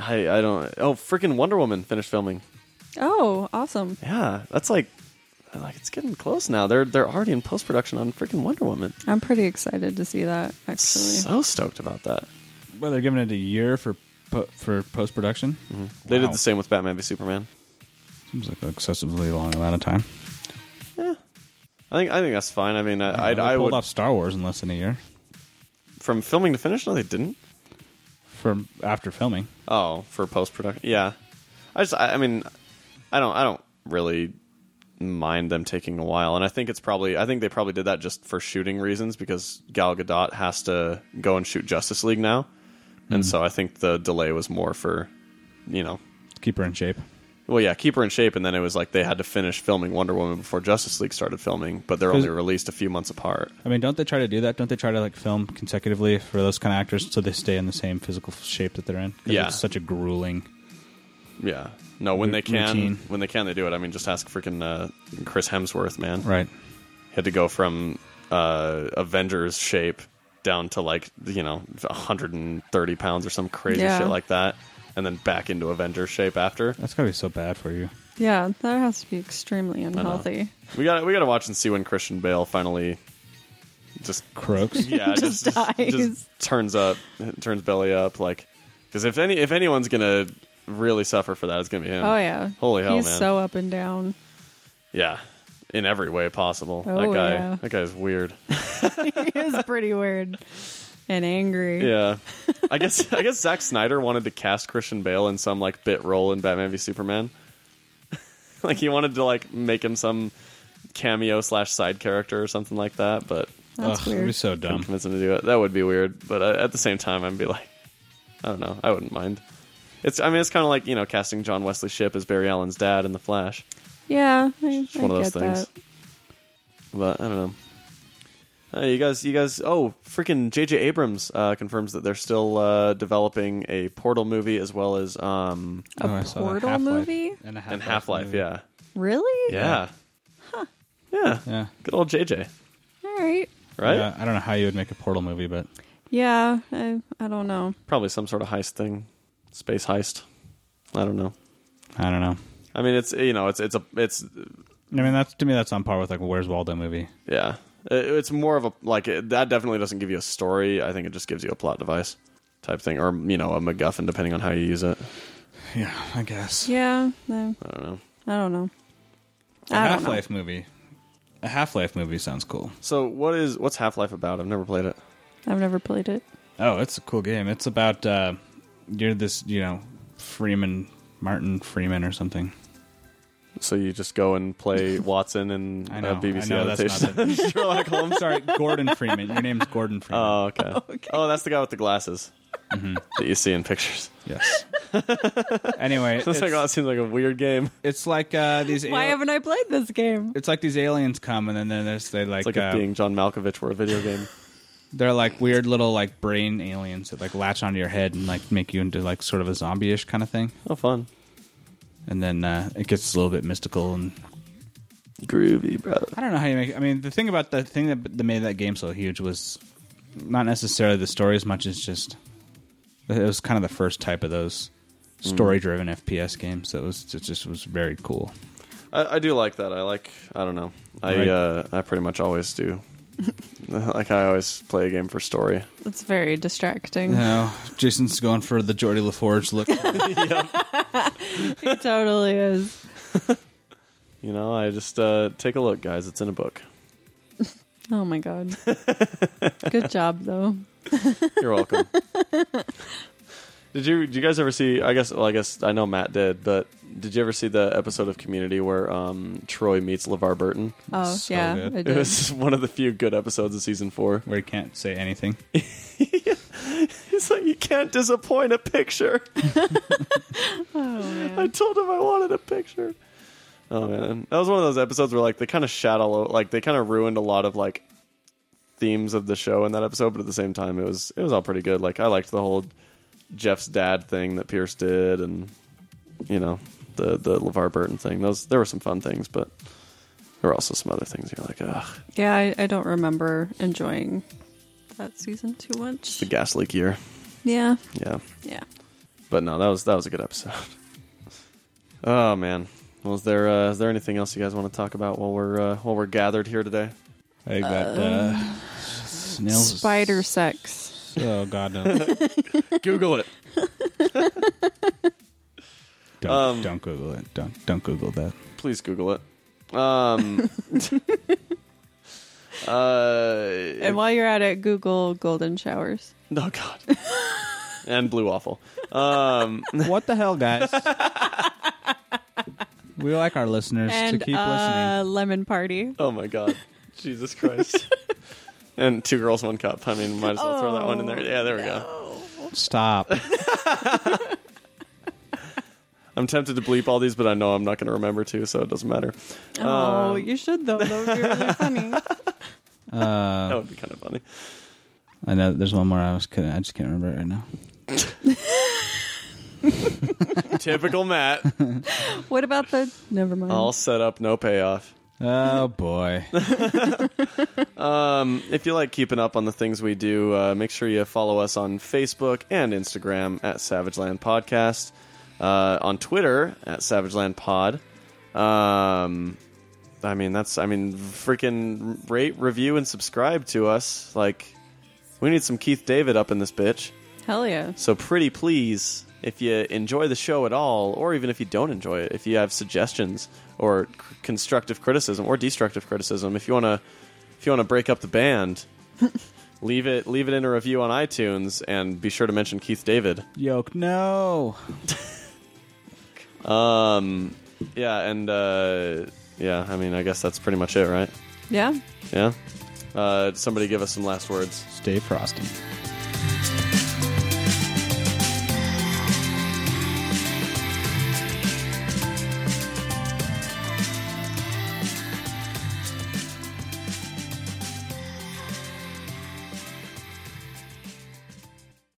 I I don't. Oh, freaking Wonder Woman finished filming.
Oh, awesome.
Yeah, that's like like it's getting close now. They're they're already in post production on freaking Wonder Woman.
I'm pretty excited to see that actually.
So stoked about that.
Well, they're giving it a year for po- for post production.
They
Wow.
did the same with Batman v Superman.
Seems like an excessively long amount of time.
I think I think that's fine. I mean, I
they
I, I
pulled
would
off Star Wars in less than a year
from filming to finish. No, they didn't.
from after filming.
Oh, for post production. Yeah, I just I, I mean, I don't I don't really mind them taking a while, and I think it's probably I think they probably did that just for shooting reasons because Gal Gadot has to go and shoot Justice League now,
Hmm.
and so I think the delay was more for you know
Keep her in shape.
Well, yeah, keep her in shape, and then it was like they had to finish filming Wonder Woman before Justice League started filming, but they're only
Cause-
released a few months apart.
I mean, don't they try to do that? Don't they try to like film consecutively for those kind of actors so they stay in the same physical shape that they're in? 'Cause
Yeah.
it's such a grueling
Yeah. No, when
Ru-
they can,
routine.
when they can, they do it. I mean, just ask freaking uh, Chris Hemsworth, man.
Right.
He had to go from uh, Avengers shape down to like you know 130 pounds or some crazy
Yeah.
shit like that, and then back into Avengers shape after.
That's gotta be so bad for you.
Yeah, that has to be extremely
I know.
unhealthy.
We got we got to watch and see when Christian Bale finally just
Crooks.
(laughs) yeah
Just dies.
just turns up turns belly up like because if any if anyone's gonna really suffer for that it's gonna be him
Oh yeah.
holy hell
He's
man
so up and down. (laughs)
yeah in every way possible that
Oh,
guy
yeah.
that guy's
(laughs)
weird
he is pretty weird and angry.
yeah I guess I guess Zack Snyder wanted to cast Christian Bale in some like bit role in Batman v Superman (laughs) like he wanted to like make him some cameo slash side character or something like that but
(laughs) That's
Ugh,
weird.
That'd be so dumb.
convince him to do it. That would be weird, but uh, at the same time, I'd be like, I don't know, I wouldn't mind. It's, I mean, it's kind of like you know, casting John Wesley Ship as Barry Allen's dad in The Flash.
yeah, I,
It's one
I
of those
get
things.
that.
But I don't know. Uh, you guys, you guys. Oh, freaking J.J. Abrams uh, confirms that they're still uh, developing a Portal movie as well as um
A
Oh, I saw that.
portal
Half-Life.
movie?
And a Half-Life,
and Half Life.
movie.
Yeah,
Really?
yeah, yeah.
Yeah.
Good old J.J.
All right.
Right?
Yeah, I don't know how you would make a portal movie, but
Yeah, I, I don't know.
Probably some sort of heist thing, space heist. I don't know.
I don't know.
I mean, it's you know, it's it's a it's
I mean, that's to me, that's on par with like a Where's Waldo movie.
Yeah, It- it's more of a like it, that. Definitely doesn't give you a story. I think it just gives you a plot device type thing, or you know, a MacGuffin, depending on how you use it.
Yeah, I guess.
Yeah, no,
I don't know.
I don't know.
A
I don't
Half Life movie. A Half Life movie sounds cool.
So, what is what's Half Life about? I've never played it.
I've never played it.
Oh, it's a cool game. It's about uh, you're this, you know, Freeman Martin Freeman or something.
So you just go and
(laughs)
play Watson and
I know.
uh, BBC
I know that's
adaptation.
not the- (laughs) Sherlock Holmes. Sorry, Gordon Freeman. Your name's Gordon Freeman.
(laughs) oh, okay.
(laughs)
Oh, that's the guy with the glasses
Mm-hmm.
that you see in pictures. (laughs)
yes. anyway,
It's like, oh,
it's,
that seems like a weird game.
it's like uh, these.
Why
ali-
haven't I played this game?
it's like these aliens come and then then there's they
It's
like,
like
uh,
if being John Malkovich were a video game.
they're like weird little like brain aliens that like latch onto your head and like make you into like sort of a zombie-ish kind of thing.
Oh, fun,
And then uh, it gets a little bit mystical and
groovy, brother.
I don't know how you make. I mean, the thing about the thing that, that made that game so huge was not necessarily the story as much as just it was kind of the first type of those story-driven FPS games. So it was it just was very cool.
I, I do like that. I like. I don't know. I
Right.
uh, I pretty much always do. (laughs) like I always play a game for story.
It's very distracting.
Now Jason's going for the Jordy LaForge look.
(laughs) it totally is.
You know, I just uh, take a look, guys. It's in a book.
Oh my
(laughs)
god. Good job though.
You're welcome. did you Did you guys ever see? I guess. Well, I guess I know Matt did, but did you ever see the episode of Community where um, Troy meets LeVar Burton?
Oh
So
yeah,
good.
it
It was
is.
(laughs) one of the few good episodes of season four.
Where you can't say anything.
(laughs) He's like, you can't disappoint a picture. (laughs) I told him I wanted a picture. Oh man, that was one of those episodes where like they kind of shadow, like they kind of ruined a lot of like themes of the show in that episode, but at the same time, it was it was all pretty good. Like I liked the whole Jeff's dad thing that Pierce did, and you know the the LeVar Burton thing. Those there were some fun things, but there were also some other things you're like, ugh,
Yeah, I, I don't remember enjoying that season too much.
the gas leak year.
Yeah,
Yeah,
yeah.
but no, that was that was a good episode. (laughs) Oh man, well, is there uh, is there anything else you guys want to talk about while we're uh, while we're gathered here today?
I think that uh, snails
Spider sex.
Oh god,
(laughs)
no!
(laughs) Google it.
Don't,
Um,
don't Google it. Don't don't Google that.
Please Google it. Um, (laughs) uh,
And while you're at it, Google golden showers.
oh God. and blue waffle. Um,
What the hell, guys? we like our listeners
and
to keep
uh, lemon party.
oh my God. Jesus (laughs) Christ. and two girls, one cup. I mean, might as well throw that one in there. Yeah, there we go.
listening. Stop.
I'm tempted to bleep all these, but I know I'm not going to remember to, so it doesn't matter.
Um,
Oh, you should though. That would be
(laughs)
really funny.
That would be kind of funny.
I know there's one more I was couldn't I just can't remember it right now.
Typical Matt.
What about the? Never mind.
All set up, no payoff.
Oh boy.
Um, if you like keeping up on the things we do, uh, make sure you follow us on Facebook and Instagram at Savageland Podcast, uh, on Twitter at Savageland Pod. Um, I mean, that's I mean, freaking rate, review, and subscribe to us. Like, we need some Keith David up in this bitch.
Hell yeah.
So pretty please, if you enjoy the show at all, or even if you don't enjoy it, if you have suggestions or c- constructive criticism or destructive criticism, if you want to, if you want to break up the band, leave it leave it in a review on iTunes, and be sure to mention Keith David.
(laughs) Yoke, no.
Um, yeah, and uh, yeah, I mean, I guess that's pretty much it, right?
Yeah.
Yeah. Uh, somebody give us some last words.
Stay frosty.